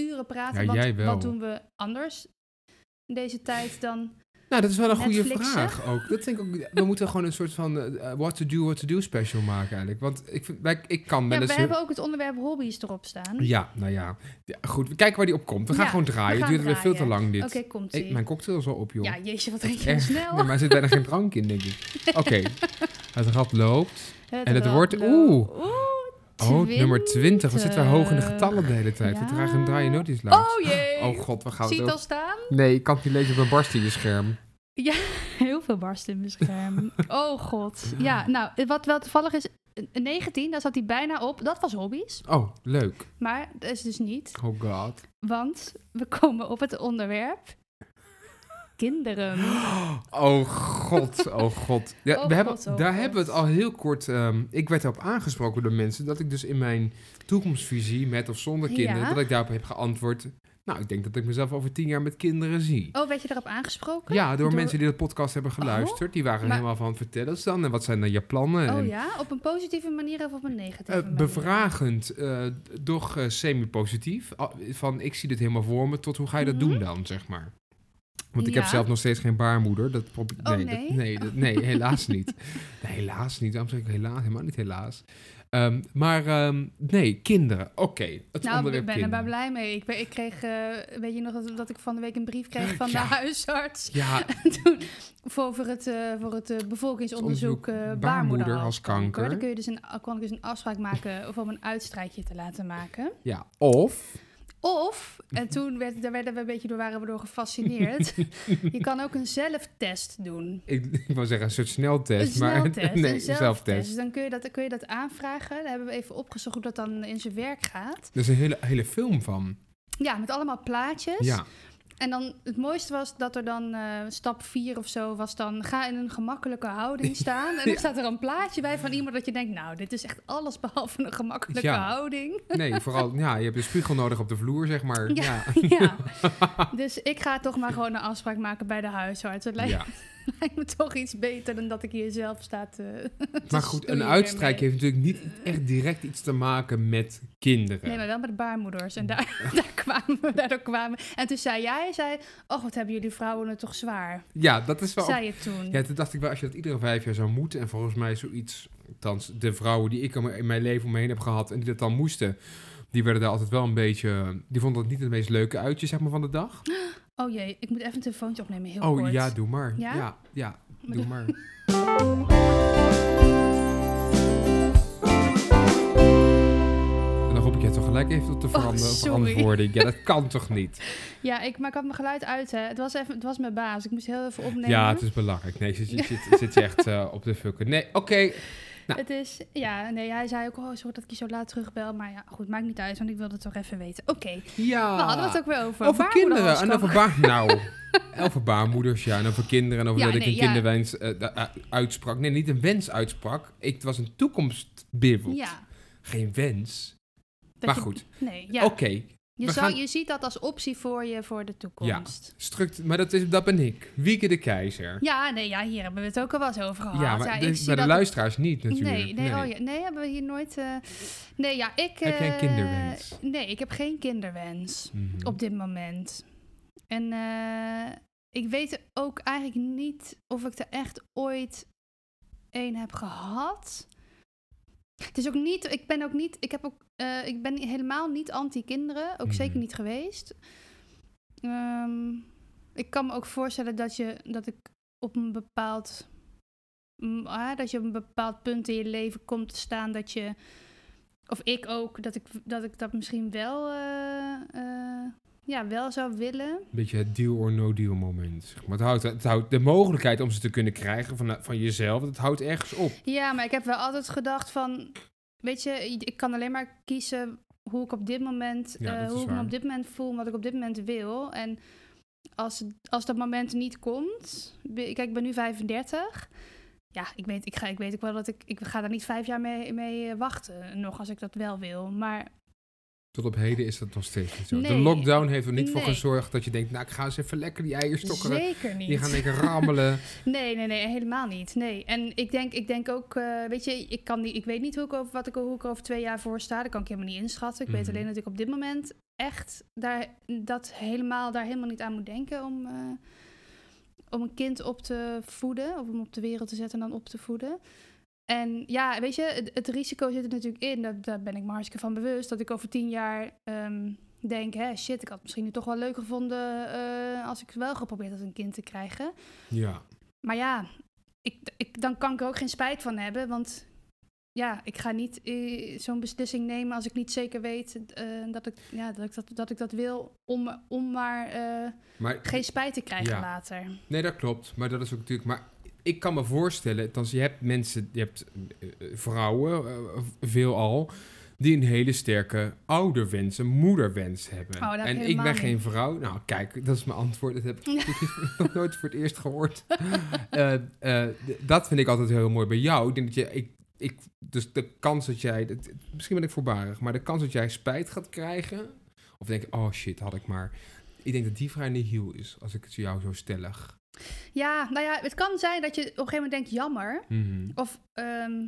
[SPEAKER 2] uren praten.
[SPEAKER 1] Ja,
[SPEAKER 2] want
[SPEAKER 1] jij wel.
[SPEAKER 2] wat doen we anders in deze tijd dan...
[SPEAKER 1] Nou, dat is wel een goede
[SPEAKER 2] Netflixen?
[SPEAKER 1] vraag ook. Dat denk ik ook. We moeten gewoon een soort van eh, what to do, what to do special maken eigenlijk. Want ik, vind- wij- ik kan
[SPEAKER 2] Ja,
[SPEAKER 1] wel
[SPEAKER 2] we
[SPEAKER 1] eens...
[SPEAKER 2] hebben ook het onderwerp hobby's erop staan.
[SPEAKER 1] ja, nou ja. ja. Goed, we kijken waar die op komt. We gaan
[SPEAKER 2] Ja,
[SPEAKER 1] gewoon
[SPEAKER 2] we
[SPEAKER 1] draaien. Het
[SPEAKER 2] gaan
[SPEAKER 1] duurt weer veel te
[SPEAKER 2] draaien.
[SPEAKER 1] lang dit.
[SPEAKER 2] Oké, komt
[SPEAKER 1] Ik-
[SPEAKER 2] ie.
[SPEAKER 1] mijn cocktail is al op, joh.
[SPEAKER 2] Ja, jeetje, wat drink je
[SPEAKER 1] Echt?
[SPEAKER 2] snel.
[SPEAKER 1] Nee, maar er zit bijna geen drank in, denk ik. Oké, het rad loopt. en het
[SPEAKER 2] rad
[SPEAKER 1] wordt-
[SPEAKER 2] loopt.
[SPEAKER 1] oeh.
[SPEAKER 2] Oeh,
[SPEAKER 1] Oh, nummer 20. Wat zitten wij hoog in de getallen de hele tijd?
[SPEAKER 2] Ja.
[SPEAKER 1] We dragen draaien nooit iets laag.
[SPEAKER 2] Oh jee.
[SPEAKER 1] Oh god, we gaan
[SPEAKER 2] Zie je
[SPEAKER 1] het
[SPEAKER 2] het al
[SPEAKER 1] over...
[SPEAKER 2] staan?
[SPEAKER 1] Nee, ik kan het niet lezen op mijn barst in je scherm.
[SPEAKER 2] Heel veel barsten in mijn scherm. oh god. Ja, nou, wat wel toevallig is, eh, 19, daar zat hij bijna op. Dat was hobby's,
[SPEAKER 1] Oh, leuk.
[SPEAKER 2] maar dat is dus niet.
[SPEAKER 1] Oh god.
[SPEAKER 2] Want we komen op het onderwerp kinderen.
[SPEAKER 1] Oh god, oh god. Ja,
[SPEAKER 2] Oh
[SPEAKER 1] we hebben,
[SPEAKER 2] god, oh
[SPEAKER 1] daar
[SPEAKER 2] god.
[SPEAKER 1] hebben we het al heel kort... ehm, ik werd erop aangesproken door mensen... dat ik dus in mijn toekomstvisie, met of zonder kinderen...
[SPEAKER 2] Ja.
[SPEAKER 1] dat ik daarop heb geantwoord... Nou, ik denk dat ik mezelf over tien jaar met kinderen zie.
[SPEAKER 2] Oh, werd je daarop aangesproken?
[SPEAKER 1] Ja, door, mensen die de podcast hebben geluisterd. die waren
[SPEAKER 2] Oh, maar-
[SPEAKER 1] helemaal van, vertel eens dan. En wat zijn dan je plannen?
[SPEAKER 2] Oh
[SPEAKER 1] en,
[SPEAKER 2] ja, op een positieve manier of op een negatieve
[SPEAKER 1] eh,
[SPEAKER 2] manier?
[SPEAKER 1] bevragend, eh, doch eh, semi-positief. Al- Van, ik zie dit helemaal voor me, tot hoe ga je dat
[SPEAKER 2] Mhm.
[SPEAKER 1] doen dan, zeg maar. Want ik
[SPEAKER 2] Ja.
[SPEAKER 1] heb zelf nog steeds geen baarmoeder. Dat probe-
[SPEAKER 2] Oh,
[SPEAKER 1] nee,
[SPEAKER 2] nee?
[SPEAKER 1] Dat, nee, dat- nee, helaas niet. Nee, helaas niet. Waarom zeg ik helaas? Helemaal niet helaas. Ehm, maar ehm, nee, kinderen. Oké, het
[SPEAKER 2] Nou,
[SPEAKER 1] onderwerp
[SPEAKER 2] ik ben er maar
[SPEAKER 1] kinderen.
[SPEAKER 2] blij mee. Ik, ben, ik kreeg, eh, weet je nog dat, dat ik van de week een brief kreeg van
[SPEAKER 1] Ja.
[SPEAKER 2] de huisarts
[SPEAKER 1] Ja,
[SPEAKER 2] toen, voor, voor het, eh, voor het eh, bevolkingsonderzoek eh
[SPEAKER 1] Onderzoek
[SPEAKER 2] baarmoeder,
[SPEAKER 1] als kanker.
[SPEAKER 2] Dan kun je dus een, kon ik dus een afspraak maken of om een uitstrijkje te laten maken.
[SPEAKER 1] ja, of...
[SPEAKER 2] Of, en toen werd, daar werden we een beetje door, waren we door gefascineerd, je kan ook een zelftest doen.
[SPEAKER 1] Ik, ik wou zeggen een soort sneltest,
[SPEAKER 2] een
[SPEAKER 1] maar
[SPEAKER 2] sneltest,
[SPEAKER 1] nee,
[SPEAKER 2] een
[SPEAKER 1] een
[SPEAKER 2] zelftest. Dus
[SPEAKER 1] zelftest.
[SPEAKER 2] dan kun je, dat, kun je dat aanvragen. Daar hebben we even opgezocht hoe dat dan in zijn werk gaat.
[SPEAKER 1] Er is een hele, hele film van.
[SPEAKER 2] Ja, met allemaal plaatjes.
[SPEAKER 1] Ja,
[SPEAKER 2] En dan het mooiste was dat er dan eh, stap 4 of zo was dan ga in een gemakkelijke houding staan. En dan staat er een plaatje bij van iemand dat je denkt, nou, dit is echt alles behalve een gemakkelijke
[SPEAKER 1] Ja.
[SPEAKER 2] houding.
[SPEAKER 1] nee, vooral, ja, je hebt een spiegel nodig op de vloer, zeg maar.
[SPEAKER 2] Ja.
[SPEAKER 1] Ja,
[SPEAKER 2] ja. Dus ik ga toch maar gewoon een afspraak maken bij de huisarts. Dat lijkt,
[SPEAKER 1] ja.
[SPEAKER 2] lijkt me toch iets beter dan dat ik hier zelf sta te.
[SPEAKER 1] Maar goed,
[SPEAKER 2] stoeien
[SPEAKER 1] een uitstrijk
[SPEAKER 2] ermee.
[SPEAKER 1] heeft natuurlijk niet echt direct iets te maken met kinderen.
[SPEAKER 2] Nee, maar wel met baarmoeders. En daar, daar kwamen we, daardoor kwamen we. En toen zei jij, zei, oh, wat hebben jullie vrouwen het toch zwaar?
[SPEAKER 1] Ja, dat is wel...
[SPEAKER 2] Zei je toen.
[SPEAKER 1] Ja, toen dacht ik wel, als je dat iedere vijf jaar zou moeten... en volgens mij zoiets, althans de vrouwen die ik om- in mijn leven om me heen heb gehad... en die dat dan moesten, die werden daar altijd wel een beetje... die vonden dat niet het meest leuke uitje, zeg maar, van de dag.
[SPEAKER 2] Oh jee, ik moet even een telefoontje opnemen, heel
[SPEAKER 1] oh,
[SPEAKER 2] kort.
[SPEAKER 1] ja, doe maar.
[SPEAKER 2] Ja?
[SPEAKER 1] ja, ja doe maar. En dan roep ik je toch gelijk even tot de verander-
[SPEAKER 2] Oh, sorry.
[SPEAKER 1] verantwoording. Ja, dat kan toch niet?
[SPEAKER 2] Ja, ik, maar ik had mijn geluid uit, hè. Het was, even, het was mijn baas. Ik moest heel even opnemen.
[SPEAKER 1] Ja, het is belangrijk. Nee, zit, je- zit, zit je echt eh, op de fucken. Nee, oké. nou.
[SPEAKER 2] Het is... Ja, nee, hij zei ook... Oh, sorry dat ik je zo laat terugbel. Maar ja, goed, maakt niet uit, want ik wilde het toch even weten. Oké,
[SPEAKER 1] Ja.
[SPEAKER 2] we hadden het ook weer over.
[SPEAKER 1] Ah. over
[SPEAKER 2] baarmoeder
[SPEAKER 1] kinderen
[SPEAKER 2] als
[SPEAKER 1] en
[SPEAKER 2] kanker.
[SPEAKER 1] over baar... Nou, over baarmoeders, ja. En over kinderen en over
[SPEAKER 2] Ja,
[SPEAKER 1] dat ik
[SPEAKER 2] nee,
[SPEAKER 1] een
[SPEAKER 2] ja.
[SPEAKER 1] kinderwens eh, da- eh, uitsprak. Nee, niet een wens uitsprak. Ik, het was een toekomstbeeld.
[SPEAKER 2] Ja.
[SPEAKER 1] Geen wens.
[SPEAKER 2] dat
[SPEAKER 1] maar
[SPEAKER 2] je-
[SPEAKER 1] goed,
[SPEAKER 2] Nee, ja.
[SPEAKER 1] oké.
[SPEAKER 2] je,
[SPEAKER 1] we
[SPEAKER 2] zou,
[SPEAKER 1] gaan-
[SPEAKER 2] je ziet dat als optie voor je voor de toekomst.
[SPEAKER 1] Struct, maar dat, is, dat ben ik. Wieke de Keizer.
[SPEAKER 2] Ja. nee, ja, hier hebben we het ook al wel eens over gehad.
[SPEAKER 1] Ja, maar
[SPEAKER 2] ik
[SPEAKER 1] de-
[SPEAKER 2] zie
[SPEAKER 1] bij de
[SPEAKER 2] dat-
[SPEAKER 1] luisteraars niet natuurlijk.
[SPEAKER 2] Nee, nee, Oh, ja, nee, hebben we hier nooit... eh, Nee, ja, ik...
[SPEAKER 1] Heb jij een
[SPEAKER 2] eh,
[SPEAKER 1] kinderwens?
[SPEAKER 2] Nee, ik heb geen kinderwens.
[SPEAKER 1] Mhm.
[SPEAKER 2] op dit moment. En eh, ik weet ook eigenlijk niet of ik er echt ooit één heb gehad. Het is ook niet, ik ben ook niet, ik, heb ook, eh, ik ben helemaal niet anti-kinderen, ook
[SPEAKER 1] Mhm.
[SPEAKER 2] zeker niet geweest. Ehm, ik kan me ook voorstellen dat je, dat ik op een bepaald, mm, ah, dat je op een bepaald punt in je leven komt te staan dat je, of ik ook, dat ik dat, ik dat misschien wel, eh, eh, ja, wel zou willen.
[SPEAKER 1] Een beetje het deal or no deal moment. zeg Maar het houdt, het houdt de mogelijkheid om ze te kunnen krijgen van, eh, van jezelf, dat houdt ergens op.
[SPEAKER 2] Ja, maar ik heb wel altijd gedacht van, weet je, ik kan alleen maar kiezen hoe ik op dit moment,
[SPEAKER 1] Ja,
[SPEAKER 2] eh,
[SPEAKER 1] dat is
[SPEAKER 2] hoe ik me
[SPEAKER 1] waar.
[SPEAKER 2] op dit moment voel, en wat ik op dit moment wil. En als, als dat moment niet komt, be- kijk, ik ben nu 35. Ja, ik weet, ik, ga, ik weet ook wel dat ik, ik ga daar niet vijf jaar mee, mee eh, wachten, nog als ik dat wel wil. Maar
[SPEAKER 1] Tot op heden is dat nog steeds niet zo. De
[SPEAKER 2] Nee.
[SPEAKER 1] lockdown heeft er niet voor
[SPEAKER 2] Nee.
[SPEAKER 1] gezorgd dat je denkt, nou ik ga eens even lekker die eierstokken,
[SPEAKER 2] zeker niet.
[SPEAKER 1] die gaan lekker rammelen.
[SPEAKER 2] Nee, nee, nee, helemaal niet. Nee. En ik denk, ik denk ook, eh, weet je, ik, kan niet, ik weet niet hoe ik, over, wat ik, hoe ik over twee jaar voor sta. Dat kan ik helemaal niet inschatten. Ik weet
[SPEAKER 1] Mhm.
[SPEAKER 2] alleen dat ik op dit moment echt daar, dat helemaal, daar helemaal niet aan moet denken om, eh, om een kind op te voeden. Of om op de wereld te zetten en dan op te voeden. En ja, weet je, het, het risico zit er natuurlijk in. Daar, daar ben ik me hartstikke van bewust. Dat ik over tien jaar ehm, denk, hè, shit, ik had het misschien nu toch wel leuk gevonden eh, als ik wel geprobeerd had een kind te krijgen.
[SPEAKER 1] ja.
[SPEAKER 2] Maar ja, ik, ik, dan kan ik er ook geen spijt van hebben. Want ja, ik ga niet eh, zo'n beslissing nemen als ik niet zeker weet eh, dat, ik, ja, dat, ik dat, dat ik dat wil. Om, om maar eh,
[SPEAKER 1] Maar
[SPEAKER 2] geen spijt te krijgen
[SPEAKER 1] Ja.
[SPEAKER 2] later.
[SPEAKER 1] Nee, dat klopt. Maar dat is ook natuurlijk. Maar ik kan me voorstellen, althans, je hebt mensen, je hebt eh, eh, vrouwen, eh, veelal, die een hele sterke ouderwens, een moederwens hebben.
[SPEAKER 2] Oh, dat heb ik
[SPEAKER 1] en ik
[SPEAKER 2] helemaal
[SPEAKER 1] ben
[SPEAKER 2] niet.
[SPEAKER 1] geen vrouw. Nou, kijk, dat is mijn antwoord. Dat heb ik
[SPEAKER 2] Ja.
[SPEAKER 1] natuurlijk nog nooit voor het eerst gehoord. Eh, eh, d- dat vind ik altijd heel mooi bij jou. Ik denk dat je. Ik, ik, dus de kans dat jij. dat- misschien ben ik voorbarig, maar de kans dat jij spijt gaat krijgen. Of denk je, oh shit, had ik maar. Ik denk dat die vrij nihil is, als ik het jou zo stellig.
[SPEAKER 2] Ja, nou ja, het kan zijn dat je op een gegeven moment denkt jammer.
[SPEAKER 1] Mhm.
[SPEAKER 2] Of ehm,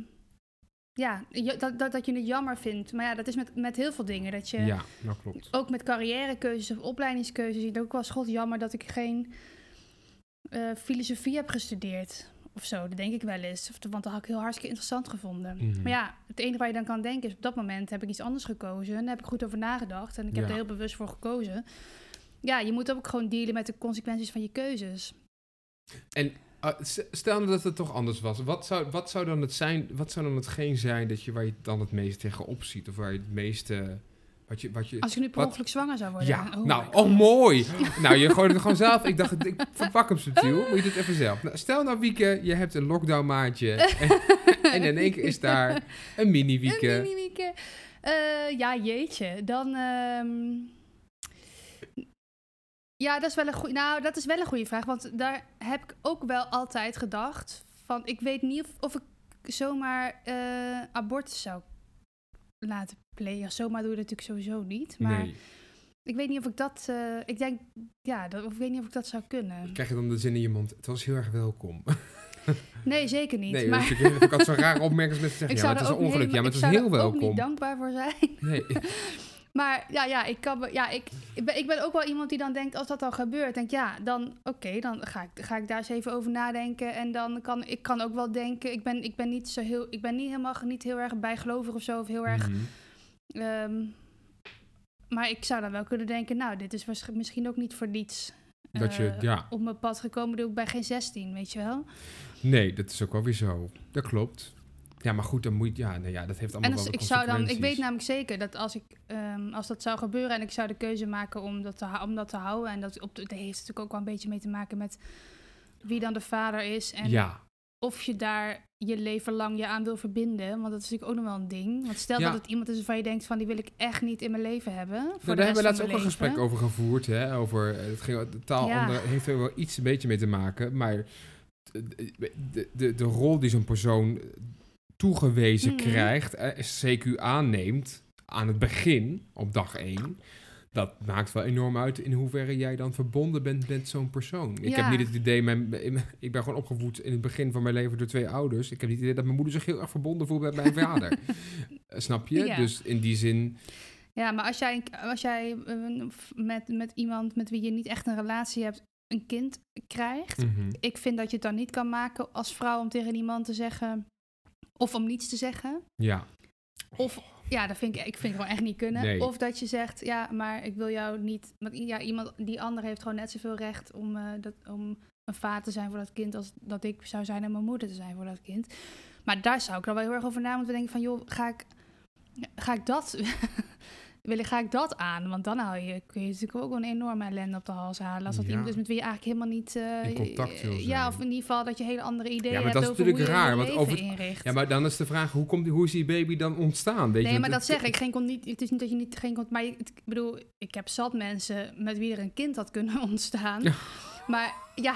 [SPEAKER 2] ja, je- dat, dat, dat je het jammer vindt. Maar ja, dat is met, met heel veel dingen. Dat je
[SPEAKER 1] Ja, dat klopt.
[SPEAKER 2] ook met carrièrekeuzes of opleidingskeuzes. Je denkt ook wel eens, god jammer dat ik geen eh, filosofie heb gestudeerd. Of zo, dat denk ik wel eens. Of, want dat had ik heel hartstikke interessant gevonden.
[SPEAKER 1] Mhm.
[SPEAKER 2] Maar ja, het enige waar je dan kan denken is... op dat moment heb ik iets anders gekozen. En daar heb ik goed over nagedacht. En ik heb
[SPEAKER 1] Ja.
[SPEAKER 2] er heel bewust voor gekozen. Ja, je moet ook gewoon dealen met de consequenties van je keuzes.
[SPEAKER 1] Ah, s- stel nou dat het toch anders was. Wat zou, wat zou dan het zijn? Wat zou dan hetgeen zijn dat je waar je dan het meest tegenop ziet? Of waar je het meeste. Wat je, wat je,
[SPEAKER 2] Als ik nu per
[SPEAKER 1] Wat-
[SPEAKER 2] ongeluk zwanger zou worden...
[SPEAKER 1] ja,
[SPEAKER 2] my
[SPEAKER 1] nou,
[SPEAKER 2] God.
[SPEAKER 1] oh mooi. nou, je gooit het gewoon zelf. Ik dacht, ik verpak hem subtiel. Maar je doet het even zelf. Nou, stel nou, Wieke, je hebt een lockdown maatje. en in één keer is daar een mini
[SPEAKER 2] Een
[SPEAKER 1] Wieke.
[SPEAKER 2] mini-wieke. Eh, ja, jeetje. Dan. ehm, Ja, dat is wel een goede. Nou, dat is wel een goede vraag. Want daar heb ik ook wel altijd gedacht. Van ik weet niet of, of ik zomaar eh, abortus zou laten plegen. Zomaar doe je dat natuurlijk sowieso niet. Maar
[SPEAKER 1] Nee.
[SPEAKER 2] ik weet niet of ik dat. eh, ik denk. Ja, dat, of ik weet niet of ik dat zou kunnen.
[SPEAKER 1] Krijg je dan de zin in je mond? Het was heel erg welkom.
[SPEAKER 2] Nee, zeker niet.
[SPEAKER 1] Nee,
[SPEAKER 2] maar
[SPEAKER 1] dus ik, ik had zo'n rare opmerking als mensen zeggen:
[SPEAKER 2] ik
[SPEAKER 1] ja,
[SPEAKER 2] zou
[SPEAKER 1] maar het
[SPEAKER 2] er
[SPEAKER 1] is een
[SPEAKER 2] ook
[SPEAKER 1] ongeluk.
[SPEAKER 2] helemaal-
[SPEAKER 1] Ja, maar
[SPEAKER 2] ik
[SPEAKER 1] het was
[SPEAKER 2] zou er
[SPEAKER 1] heel
[SPEAKER 2] ook niet
[SPEAKER 1] welkom.
[SPEAKER 2] dankbaar voor zijn.
[SPEAKER 1] Nee.
[SPEAKER 2] Maar ja, ja, ik, kan, me- ja ik, ik, ben, ik ben ook wel iemand die dan denkt, als dat dan gebeurt, denk ik, ja, dan oké, dan ga ik, ga ik daar eens even over nadenken. En dan kan ik kan ook wel denken, ik ben, ik ben niet zo heel, ik ben niet helemaal niet heel erg bijgelovig of zo, of heel erg.
[SPEAKER 1] Mhm.
[SPEAKER 2] ehm, maar ik zou dan wel kunnen denken, nou, dit is waarsch- misschien ook niet voor niets.
[SPEAKER 1] Dat je,
[SPEAKER 2] eh,
[SPEAKER 1] ja.
[SPEAKER 2] Op mijn pad gekomen, doe ik bij geen 16, weet je wel.
[SPEAKER 1] Nee, dat is ook wel weer zo. Dat klopt. Ja, maar goed, dan moet je... Ja, nou ja dat heeft allemaal
[SPEAKER 2] en als,
[SPEAKER 1] wel
[SPEAKER 2] ik
[SPEAKER 1] weer
[SPEAKER 2] zou dan, ik weet
[SPEAKER 1] consequenties.
[SPEAKER 2] namelijk zeker dat als ik, ehm, als dat zou gebeuren en ik zou de keuze maken om dat te, hou- om dat te houden en dat op de, dat heeft natuurlijk ook wel een beetje mee te maken met wie dan de vader is nou- en
[SPEAKER 1] Ja,
[SPEAKER 2] of je daar je leven lang je aan wil verbinden, want dat is natuurlijk ook nog wel een ding. Want stel
[SPEAKER 1] Ja.
[SPEAKER 2] dat het iemand is waarvan je denkt van die wil ik echt niet in mijn leven hebben. Voor
[SPEAKER 1] Nou,
[SPEAKER 2] de
[SPEAKER 1] daar hebben we
[SPEAKER 2] rest
[SPEAKER 1] laatst
[SPEAKER 2] van
[SPEAKER 1] ook
[SPEAKER 2] mijn
[SPEAKER 1] een gesprek
[SPEAKER 2] leven.
[SPEAKER 1] over gevoerd. Hè? Over, eh, het ging, de taal
[SPEAKER 2] Ja.
[SPEAKER 1] onder- heeft er wel iets een beetje mee te maken. Maar eh, de, de, de, de rol die zo'n persoon toegewezen
[SPEAKER 2] Mhm.
[SPEAKER 1] krijgt, eh, CQ aanneemt aan het begin, op dag één... Dat maakt wel enorm uit in hoeverre jij dan verbonden bent met zo'n persoon. Ik
[SPEAKER 2] Ja.
[SPEAKER 1] heb niet het idee, mijn, ik ben gewoon opgevoed in het begin van mijn leven door twee ouders. Ik heb niet het idee dat mijn moeder zich heel erg verbonden voelt met mijn vader. Eh, Snap je?
[SPEAKER 2] Ja.
[SPEAKER 1] Dus in die zin,
[SPEAKER 2] Ja, maar als jij, als jij eh, met, met iemand met wie je niet echt een relatie hebt, een kind krijgt,
[SPEAKER 1] mhm.
[SPEAKER 2] ik vind dat je het dan niet kan maken als vrouw om tegen iemand te zeggen. Of om niets te zeggen.
[SPEAKER 1] ja.
[SPEAKER 2] Of ja, dat vind ik, ik vind het gewoon echt niet kunnen.
[SPEAKER 1] Nee.
[SPEAKER 2] Of dat je zegt, ja, maar ik wil jou niet. Want ja, iemand, die ander heeft gewoon net zoveel recht om, eh, dat, om een vader te zijn voor dat kind. als dat ik zou zijn en mijn moeder te zijn voor dat kind. Maar daar zou ik dan wel heel erg over na moeten denken: van joh, ga ik, ga ik dat. Wil ik, ga ik dat aan? Want dan hou je, kun je natuurlijk ook wel een enorme ellende op de hals halen. Als dat
[SPEAKER 1] Ja.
[SPEAKER 2] iemand is met wie je eigenlijk helemaal niet... eh,
[SPEAKER 1] In contact wil
[SPEAKER 2] Ja,
[SPEAKER 1] zijn.
[SPEAKER 2] of in ieder geval dat je hele andere ideeën
[SPEAKER 1] maar
[SPEAKER 2] hebt
[SPEAKER 1] dat is
[SPEAKER 2] over hoe je
[SPEAKER 1] natuurlijk raar,
[SPEAKER 2] je
[SPEAKER 1] want
[SPEAKER 2] leven
[SPEAKER 1] over het-
[SPEAKER 2] inricht.
[SPEAKER 1] ja, maar dan is de vraag, hoe, komt, die- hoe is die baby dan ontstaan? Weet
[SPEAKER 2] Nee,
[SPEAKER 1] je,
[SPEAKER 2] maar dat
[SPEAKER 1] het-
[SPEAKER 2] zeg ik. Geen kon niet, het is niet dat je niet geen kon. Maar je- het- ik bedoel, ik heb zat mensen met wie er een kind had kunnen ontstaan.
[SPEAKER 1] Ja.
[SPEAKER 2] Maar ja,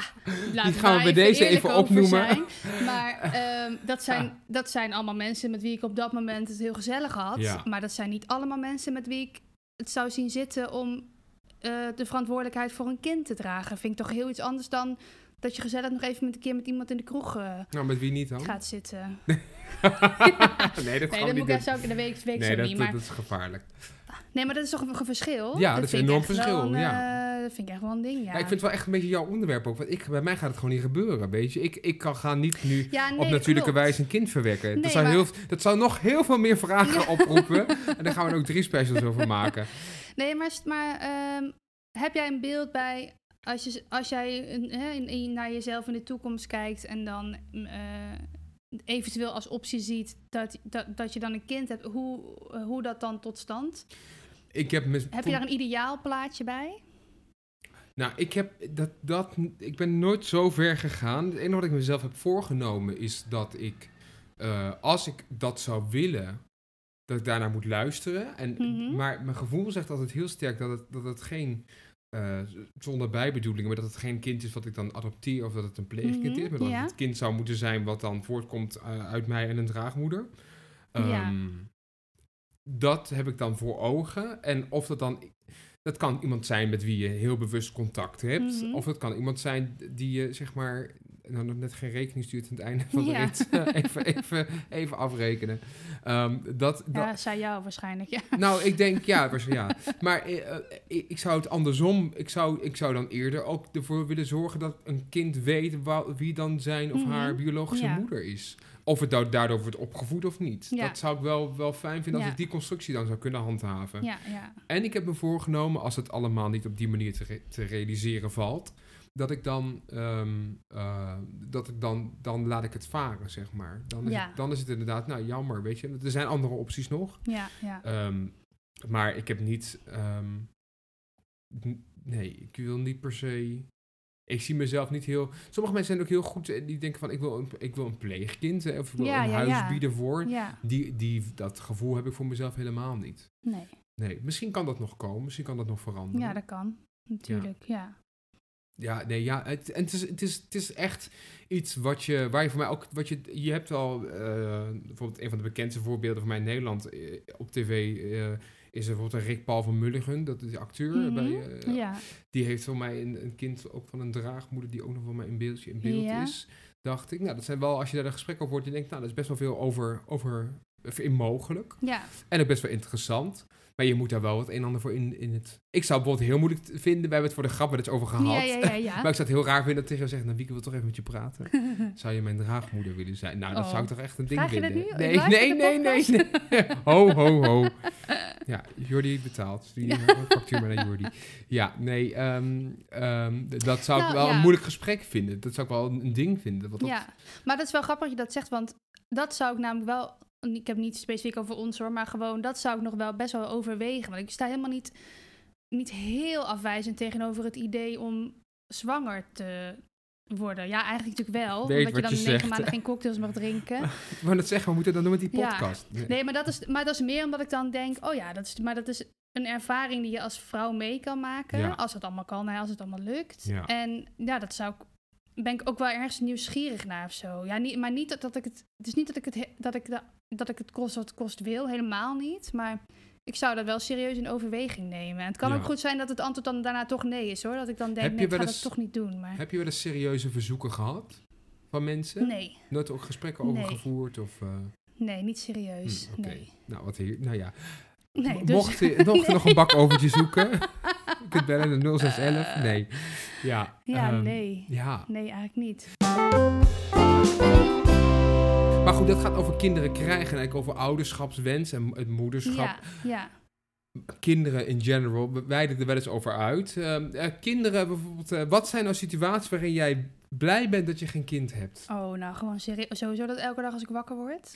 [SPEAKER 1] gaan
[SPEAKER 2] laten we
[SPEAKER 1] we
[SPEAKER 2] daar
[SPEAKER 1] bij deze
[SPEAKER 2] eerlijk
[SPEAKER 1] even
[SPEAKER 2] over
[SPEAKER 1] opnoemen.
[SPEAKER 2] zijn. Maar ehm, dat, zijn, dat zijn allemaal mensen met wie ik op dat moment het heel gezellig had.
[SPEAKER 1] Ja.
[SPEAKER 2] Maar dat zijn niet allemaal mensen met wie ik het zou zien zitten om eh, de verantwoordelijkheid voor een kind te dragen. Vind ik toch heel iets anders dan dat je gezellig nog even met een keer met iemand in de kroeg eh,
[SPEAKER 1] Nou, met wie niet dan?
[SPEAKER 2] gaat zitten.
[SPEAKER 1] nee, dat gaan
[SPEAKER 2] Nee,
[SPEAKER 1] we
[SPEAKER 2] dat
[SPEAKER 1] niet
[SPEAKER 2] moet
[SPEAKER 1] doen.
[SPEAKER 2] ik zou ik, dat weet ik, weet ik
[SPEAKER 1] Nee,
[SPEAKER 2] zo
[SPEAKER 1] dat,
[SPEAKER 2] niet.
[SPEAKER 1] dat-
[SPEAKER 2] Maar
[SPEAKER 1] dat is gevaarlijk.
[SPEAKER 2] Nee, maar dat is toch een verschil?
[SPEAKER 1] Ja, dat is
[SPEAKER 2] vind
[SPEAKER 1] een
[SPEAKER 2] ik
[SPEAKER 1] enorm
[SPEAKER 2] echt wel
[SPEAKER 1] verschil,
[SPEAKER 2] een,
[SPEAKER 1] ja.
[SPEAKER 2] eh, dat vind ik echt wel een ding, ja.
[SPEAKER 1] Ja, Nou, ik vind het wel echt een beetje jouw onderwerp ook. Want ik, bij mij gaat het gewoon niet gebeuren, weet je. Ik, ik kan gaan niet nu
[SPEAKER 2] Ja, nee,
[SPEAKER 1] op natuurlijke
[SPEAKER 2] klopt.
[SPEAKER 1] wijze een kind verwekken.
[SPEAKER 2] Nee,
[SPEAKER 1] dat, zou
[SPEAKER 2] maar-
[SPEAKER 1] heel, dat zou nog heel veel meer vragen oproepen. En daar gaan we er ook drie specials over maken.
[SPEAKER 2] Nee, maar, s- maar ehm, heb jij een beeld bij... Als, je, als jij een, hè, in- in- naar jezelf in de toekomst kijkt en dan mm, eh, eventueel als optie ziet dat, dat, dat je dan een kind hebt, hoe, eh, hoe dat dan tot stand?
[SPEAKER 1] Ik heb, mis-
[SPEAKER 2] Heb je daar een ideaal plaatje bij?
[SPEAKER 1] Nou, ik, heb dat, dat, ik ben nooit zo ver gegaan. Het enige wat ik mezelf heb voorgenomen is dat ik, eh, als ik dat zou willen, dat ik daarnaar moet luisteren. En,
[SPEAKER 2] Mhm.
[SPEAKER 1] Eh, Maar mijn gevoel zegt altijd heel sterk dat het, dat het geen, eh, z- zonder bijbedoelingen, maar dat het geen kind is wat ik dan adopteer of dat het een pleegkind
[SPEAKER 2] Mhm,
[SPEAKER 1] is. Maar dat
[SPEAKER 2] ja.
[SPEAKER 1] het het kind zou moeten zijn wat dan voortkomt eh, uit mij en een draagmoeder.
[SPEAKER 2] Ja.
[SPEAKER 1] Ehm, Dat heb ik dan voor ogen. En of dat dan Dat kan iemand zijn met wie je heel bewust contact hebt.
[SPEAKER 2] Mhm.
[SPEAKER 1] Of het kan iemand zijn die je, zeg maar, nou, nog net geen rekening stuurt aan het einde van de
[SPEAKER 2] Ja.
[SPEAKER 1] rit. even, even, even afrekenen. Ehm, dat, dat,
[SPEAKER 2] Ja, zij jou waarschijnlijk. Ja.
[SPEAKER 1] nou, ik denk ja, waarschijnlijk ja. Maar eh, eh, ik ik zou het andersom, ik zou, ik zou dan eerder ook ervoor willen zorgen dat een kind weet wa- wie dan zijn of
[SPEAKER 2] Mhm,
[SPEAKER 1] haar biologische
[SPEAKER 2] ja.
[SPEAKER 1] moeder is. Of het da- daardoor wordt opgevoed of niet.
[SPEAKER 2] Ja.
[SPEAKER 1] Dat zou ik wel, wel fijn vinden als
[SPEAKER 2] Ja.
[SPEAKER 1] ik die constructie dan zou kunnen handhaven.
[SPEAKER 2] Ja, ja.
[SPEAKER 1] En ik heb me voorgenomen, als het allemaal niet op die manier te, re- te realiseren valt, dat ik dan, ehm, eh, dat ik dan, dan laat ik het varen, zeg maar. Dan is,
[SPEAKER 2] Ja.
[SPEAKER 1] het, dan is het inderdaad, nou jammer, weet je. Er zijn andere opties nog.
[SPEAKER 2] ja, ja.
[SPEAKER 1] Ehm, maar ik heb niet. ehm, n- nee, ik wil niet per se. Ik zie mezelf niet heel. Sommige mensen zijn ook heel goed. eh, Die denken van ik wil een, ik wil een pleegkind. Hè, of ik wil
[SPEAKER 2] Ja,
[SPEAKER 1] een
[SPEAKER 2] ja,
[SPEAKER 1] huis
[SPEAKER 2] ja.
[SPEAKER 1] bieden voor.
[SPEAKER 2] Ja,
[SPEAKER 1] Die, die, dat gevoel heb ik voor mezelf helemaal niet.
[SPEAKER 2] nee.
[SPEAKER 1] Nee, misschien kan dat nog komen. Misschien kan dat nog veranderen.
[SPEAKER 2] Ja, dat kan. Natuurlijk, ja.
[SPEAKER 1] Ja, nee, ja. Het, en het, is, het, is, het is echt iets wat je, waar je voor mij ook. Wat je, je hebt al eh, bijvoorbeeld een van de bekendste voorbeelden van mij in Nederland eh, op tv. eh, is er bijvoorbeeld een Rick Paul van Mulligen, dat is de acteur.
[SPEAKER 2] Mhm.
[SPEAKER 1] bij, eh,
[SPEAKER 2] ja.
[SPEAKER 1] Die heeft voor mij een, een kind ook van een draagmoeder die ook nog van mij in beeld, in beeld
[SPEAKER 2] Ja.
[SPEAKER 1] is. Dacht ik, nou, dat zijn wel, als je daar een gesprek over hoort, je denkt, nou, dat is best wel veel over, over of in mogelijk.
[SPEAKER 2] ja.
[SPEAKER 1] En ook best wel interessant. Maar je moet daar wel het een en ander voor in, in het... Ik zou het bijvoorbeeld heel moeilijk t- vinden, we hebben het voor de grap wel eens over gehad.
[SPEAKER 2] Ja, ja, ja, ja.
[SPEAKER 1] Maar ik zou het heel raar vinden dat tegen jou zegt, nou Wieke wil toch even met je praten. Zou je mijn draagmoeder willen zijn? Nou, dat
[SPEAKER 2] Oh.
[SPEAKER 1] zou ik toch echt een ding
[SPEAKER 2] Vraag je dat
[SPEAKER 1] vinden.
[SPEAKER 2] nu
[SPEAKER 1] Nee,
[SPEAKER 2] live
[SPEAKER 1] nee,
[SPEAKER 2] in de
[SPEAKER 1] nee, nee, nee. Ho, ho, ho. Ja, Jordi betaalt. Die eh, factuur maar naar Jordi. Ja, nee, ehm, ehm, d- dat zou ik
[SPEAKER 2] Nou,
[SPEAKER 1] wel
[SPEAKER 2] ja.
[SPEAKER 1] een moeilijk gesprek vinden. Dat zou ik wel een een ding vinden. Want dat,
[SPEAKER 2] Ja, maar dat is wel grappig dat je dat zegt, want dat zou ik namelijk wel... Ik heb niet specifiek over ons hoor, maar gewoon dat zou ik nog wel best wel overwegen. Want ik sta helemaal niet, niet heel afwijzend tegenover het idee om zwanger te worden. Ja, eigenlijk natuurlijk wel,
[SPEAKER 1] Ik weet
[SPEAKER 2] omdat je
[SPEAKER 1] wat
[SPEAKER 2] dan
[SPEAKER 1] je
[SPEAKER 2] negen
[SPEAKER 1] zegt,
[SPEAKER 2] maanden geen cocktails mag drinken.
[SPEAKER 1] Ik wou net zeggen, we moeten dat doen met die
[SPEAKER 2] Ja.
[SPEAKER 1] podcast. Nee.
[SPEAKER 2] Nee, maar dat, is, maar dat is meer omdat ik dan denk, oh ja, dat is, maar dat is een ervaring die je als vrouw mee kan maken.
[SPEAKER 1] Ja.
[SPEAKER 2] Als het allemaal kan, hè, als het allemaal lukt.
[SPEAKER 1] Ja.
[SPEAKER 2] En ja, dat zou ik, ben ik ook wel ergens nieuwsgierig naar of zo. Ja, niet, maar niet dat, dat ik het, het is niet dat ik het, he- dat ik, da- dat ik het kost wat het kost wil, helemaal niet. Maar ik zou dat wel serieus in overweging nemen. En het kan
[SPEAKER 1] Ja.
[SPEAKER 2] ook goed zijn dat het antwoord dan daarna toch nee is hoor. Dat ik dan denk,
[SPEAKER 1] Heb
[SPEAKER 2] nee,
[SPEAKER 1] je
[SPEAKER 2] ik ga
[SPEAKER 1] wel
[SPEAKER 2] dat
[SPEAKER 1] eens-
[SPEAKER 2] toch niet doen. Maar
[SPEAKER 1] Heb je wel eens serieuze verzoeken gehad van mensen?
[SPEAKER 2] nee,
[SPEAKER 1] Nooit ook gesprekken over
[SPEAKER 2] Nee.
[SPEAKER 1] gevoerd? Of, eh,
[SPEAKER 2] nee, niet serieus.
[SPEAKER 1] hm, oké.
[SPEAKER 2] Nee.
[SPEAKER 1] Nou, wat hier. Nou ja.
[SPEAKER 2] Nee,
[SPEAKER 1] M-
[SPEAKER 2] dus...
[SPEAKER 1] Mocht je mocht je nog een bak overtje zoeken, je kunt bellen naar 0611. Nee. Ja,
[SPEAKER 2] Eh. Ja,
[SPEAKER 1] ehm,
[SPEAKER 2] nee.
[SPEAKER 1] Ja,
[SPEAKER 2] Nee, eigenlijk niet.
[SPEAKER 1] maar goed, dat gaat over kinderen krijgen. En eigenlijk over ouderschapswens en het moederschap.
[SPEAKER 2] Ja, ja.
[SPEAKER 1] Kinderen in general, we wijden er wel eens over uit. Ehm, eh, kinderen bijvoorbeeld, eh, wat zijn nou situaties waarin jij blij bent dat je geen kind hebt?
[SPEAKER 2] Oh, nou gewoon serieus. Sowieso dat elke dag als ik wakker word.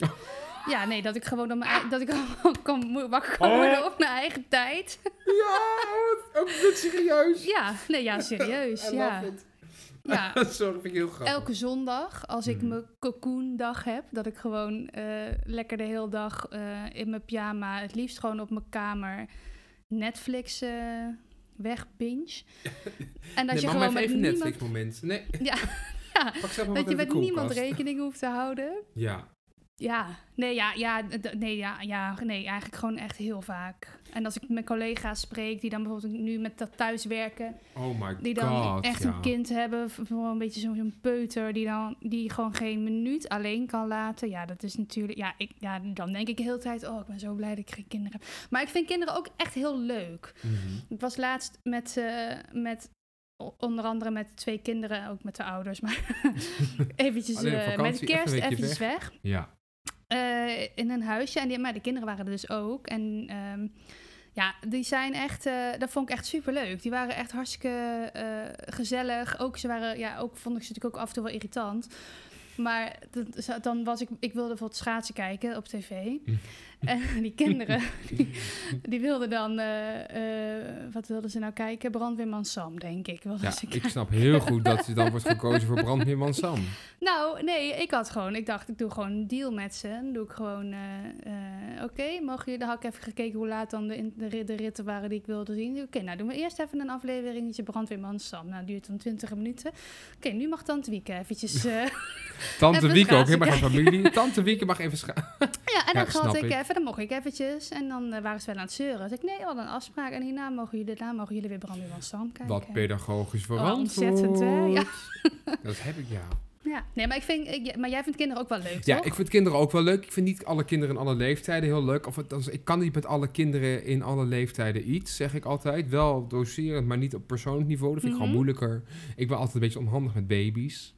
[SPEAKER 2] ja, nee, dat ik gewoon dan mijn, ei- dat ik gewoon kan, mo- wakker
[SPEAKER 1] Oh,
[SPEAKER 2] kan worden op mijn eigen tijd.
[SPEAKER 1] Ja, ook dit serieus.
[SPEAKER 2] Ja, nee, ja, serieus.
[SPEAKER 1] I
[SPEAKER 2] ja.
[SPEAKER 1] love it.
[SPEAKER 2] ja.
[SPEAKER 1] Dat zorg ik heel grappig.
[SPEAKER 2] Elke zondag, als ik
[SPEAKER 1] Mhm.
[SPEAKER 2] mijn cocoondag heb, dat ik gewoon eh, lekker de hele dag eh, in mijn pyjama, het liefst gewoon op mijn kamer, Netflix eh wegbinge. En dat
[SPEAKER 1] nee,
[SPEAKER 2] je
[SPEAKER 1] mama
[SPEAKER 2] gewoon
[SPEAKER 1] heeft
[SPEAKER 2] met
[SPEAKER 1] even een
[SPEAKER 2] niemand,
[SPEAKER 1] Netflix moment. Nee.
[SPEAKER 2] Ja.
[SPEAKER 1] Pak zelf maar wat
[SPEAKER 2] dat je
[SPEAKER 1] uit de
[SPEAKER 2] met niemand
[SPEAKER 1] koelkast.
[SPEAKER 2] rekening hoeft te houden.
[SPEAKER 1] Ja.
[SPEAKER 2] Ja, nee, ja, ja, d- nee, ja, ja, nee, eigenlijk gewoon echt heel vaak. En als ik met collega's spreek, die dan bijvoorbeeld nu met dat thuiswerken,
[SPEAKER 1] Oh my god.
[SPEAKER 2] die dan echt
[SPEAKER 1] ja.
[SPEAKER 2] een kind hebben, v- gewoon een beetje zo'n zo'n peuter, die dan die gewoon geen minuut alleen kan laten. Ja, dat is natuurlijk, ja, ik, ja, dan denk ik de hele tijd, oh, ik ben zo blij dat ik geen kinderen heb. Maar ik vind kinderen ook echt heel leuk.
[SPEAKER 1] Mhm.
[SPEAKER 2] Ik was laatst met, eh, met o- onder andere met twee kinderen, ook met de ouders, maar eventjes
[SPEAKER 1] Alleen op
[SPEAKER 2] eh, met
[SPEAKER 1] vakantie, even
[SPEAKER 2] kerst
[SPEAKER 1] een weekje
[SPEAKER 2] eventjes weg.
[SPEAKER 1] Ja.
[SPEAKER 2] Eh, in een huisje. En die, maar de kinderen waren er dus ook. En ehm, ja, die zijn echt, eh, dat vond ik echt superleuk. Die waren echt hartstikke eh, gezellig. Ook, ze waren, ja, ook vond ik ze natuurlijk ook af en toe wel irritant. Maar dat, ze- dan was ik, ik wilde bijvoorbeeld schaatsen kijken op tv. En die kinderen, die, die wilden dan, eh, eh, wat wilden ze nou kijken? Brandweerman Sam, denk ik. wilden
[SPEAKER 1] ja,
[SPEAKER 2] ze
[SPEAKER 1] ik snap heel goed dat je dan wordt gekozen voor brandweerman Sam.
[SPEAKER 2] Nou, nee, ik had gewoon, ik dacht, ik doe gewoon een deal met ze. Dan doe ik gewoon, eh, eh, oké, mogen jullie, dan had ik even gekeken hoe laat dan de, in- de, rit- de ritten waren die ik wilde zien. Oké, nou doen we eerst even een afleveringetje Brandweerman Sam. Nou, duurt dan 20 minuten. Oké, nu mag Tante Wieke eventjes eh,
[SPEAKER 1] Tante
[SPEAKER 2] Even
[SPEAKER 1] Wieke ook,
[SPEAKER 2] schaatsen
[SPEAKER 1] helemaal geen familie. Tante Wieke mag even scha-
[SPEAKER 2] Ja, en dan
[SPEAKER 1] Ja,
[SPEAKER 2] had
[SPEAKER 1] snap
[SPEAKER 2] ik
[SPEAKER 1] ik.
[SPEAKER 2] even, dan mocht ik eventjes. En dan eh, waren ze wel aan het zeuren. Dus ik, nee, we hadden een afspraak. En hierna mogen jullie, daarna mogen jullie weer Brandweer van Stam kijken.
[SPEAKER 1] Wat pedagogisch
[SPEAKER 2] Oh,
[SPEAKER 1] verantwoord.
[SPEAKER 2] ontzettend, hè? Ja.
[SPEAKER 1] Dat heb ik, ja.
[SPEAKER 2] ja. Nee, maar, ik vind, ik- ja, maar jij vindt kinderen ook wel leuk,
[SPEAKER 1] Ja,
[SPEAKER 2] toch?
[SPEAKER 1] ik vind kinderen ook wel leuk. Ik vind niet alle kinderen in alle leeftijden heel leuk. Of het, als, ik kan niet met alle kinderen in alle leeftijden iets, zeg ik altijd. Wel doserend, maar niet op persoonlijk niveau. Dat vind ik
[SPEAKER 2] Mhm.
[SPEAKER 1] gewoon moeilijker. Ik ben altijd een beetje onhandig met baby's.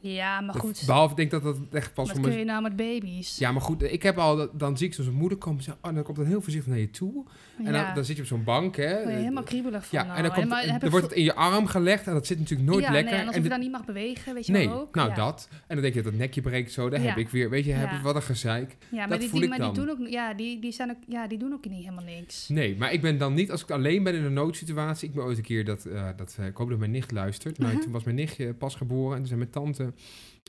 [SPEAKER 2] Ja, maar
[SPEAKER 1] Dat-
[SPEAKER 2] goed.
[SPEAKER 1] behalve, ik denk dat dat echt pas
[SPEAKER 2] Wat
[SPEAKER 1] voor mijn
[SPEAKER 2] kun je nou met baby's?
[SPEAKER 1] Ja, maar goed, ik heb al, dat- dan zie ik zo'n moeder komen, ze- oh, dan komt dan heel voorzichtig naar je toe. En nou,
[SPEAKER 2] Ja.
[SPEAKER 1] dan, dan zit je op zo'n bank, hè.
[SPEAKER 2] Word je helemaal kriebelig van.
[SPEAKER 1] ja,
[SPEAKER 2] nou.
[SPEAKER 1] en dan, komt,
[SPEAKER 2] maar heb
[SPEAKER 1] dan
[SPEAKER 2] ik
[SPEAKER 1] wordt
[SPEAKER 2] vo-
[SPEAKER 1] het in je arm gelegd en dat zit natuurlijk nooit
[SPEAKER 2] ja,
[SPEAKER 1] lekker.
[SPEAKER 2] Nee, en alsof
[SPEAKER 1] en
[SPEAKER 2] je
[SPEAKER 1] de-
[SPEAKER 2] dan niet mag bewegen, weet je
[SPEAKER 1] nee,
[SPEAKER 2] wel ook.
[SPEAKER 1] nou
[SPEAKER 2] ja.
[SPEAKER 1] dat. En dan denk je dat het nekje breekt zo, daar
[SPEAKER 2] Ja.
[SPEAKER 1] heb ik weer, weet je, heb
[SPEAKER 2] Ja.
[SPEAKER 1] ik wat een gezeik.
[SPEAKER 2] Ja, maar,
[SPEAKER 1] dat
[SPEAKER 2] die,
[SPEAKER 1] voel
[SPEAKER 2] die,
[SPEAKER 1] ik
[SPEAKER 2] maar die
[SPEAKER 1] dan.
[SPEAKER 2] doen ook, ja, die, die zijn ook, ja, die doen ook niet helemaal niks.
[SPEAKER 1] Nee, maar ik ben dan niet, als ik alleen ben in een noodsituatie. Ik ben ooit een keer dat, eh, dat eh, ik hoop dat mijn nicht luistert.
[SPEAKER 2] Mhm.
[SPEAKER 1] Nou, toen was mijn nichtje pas geboren en toen zei mijn tante,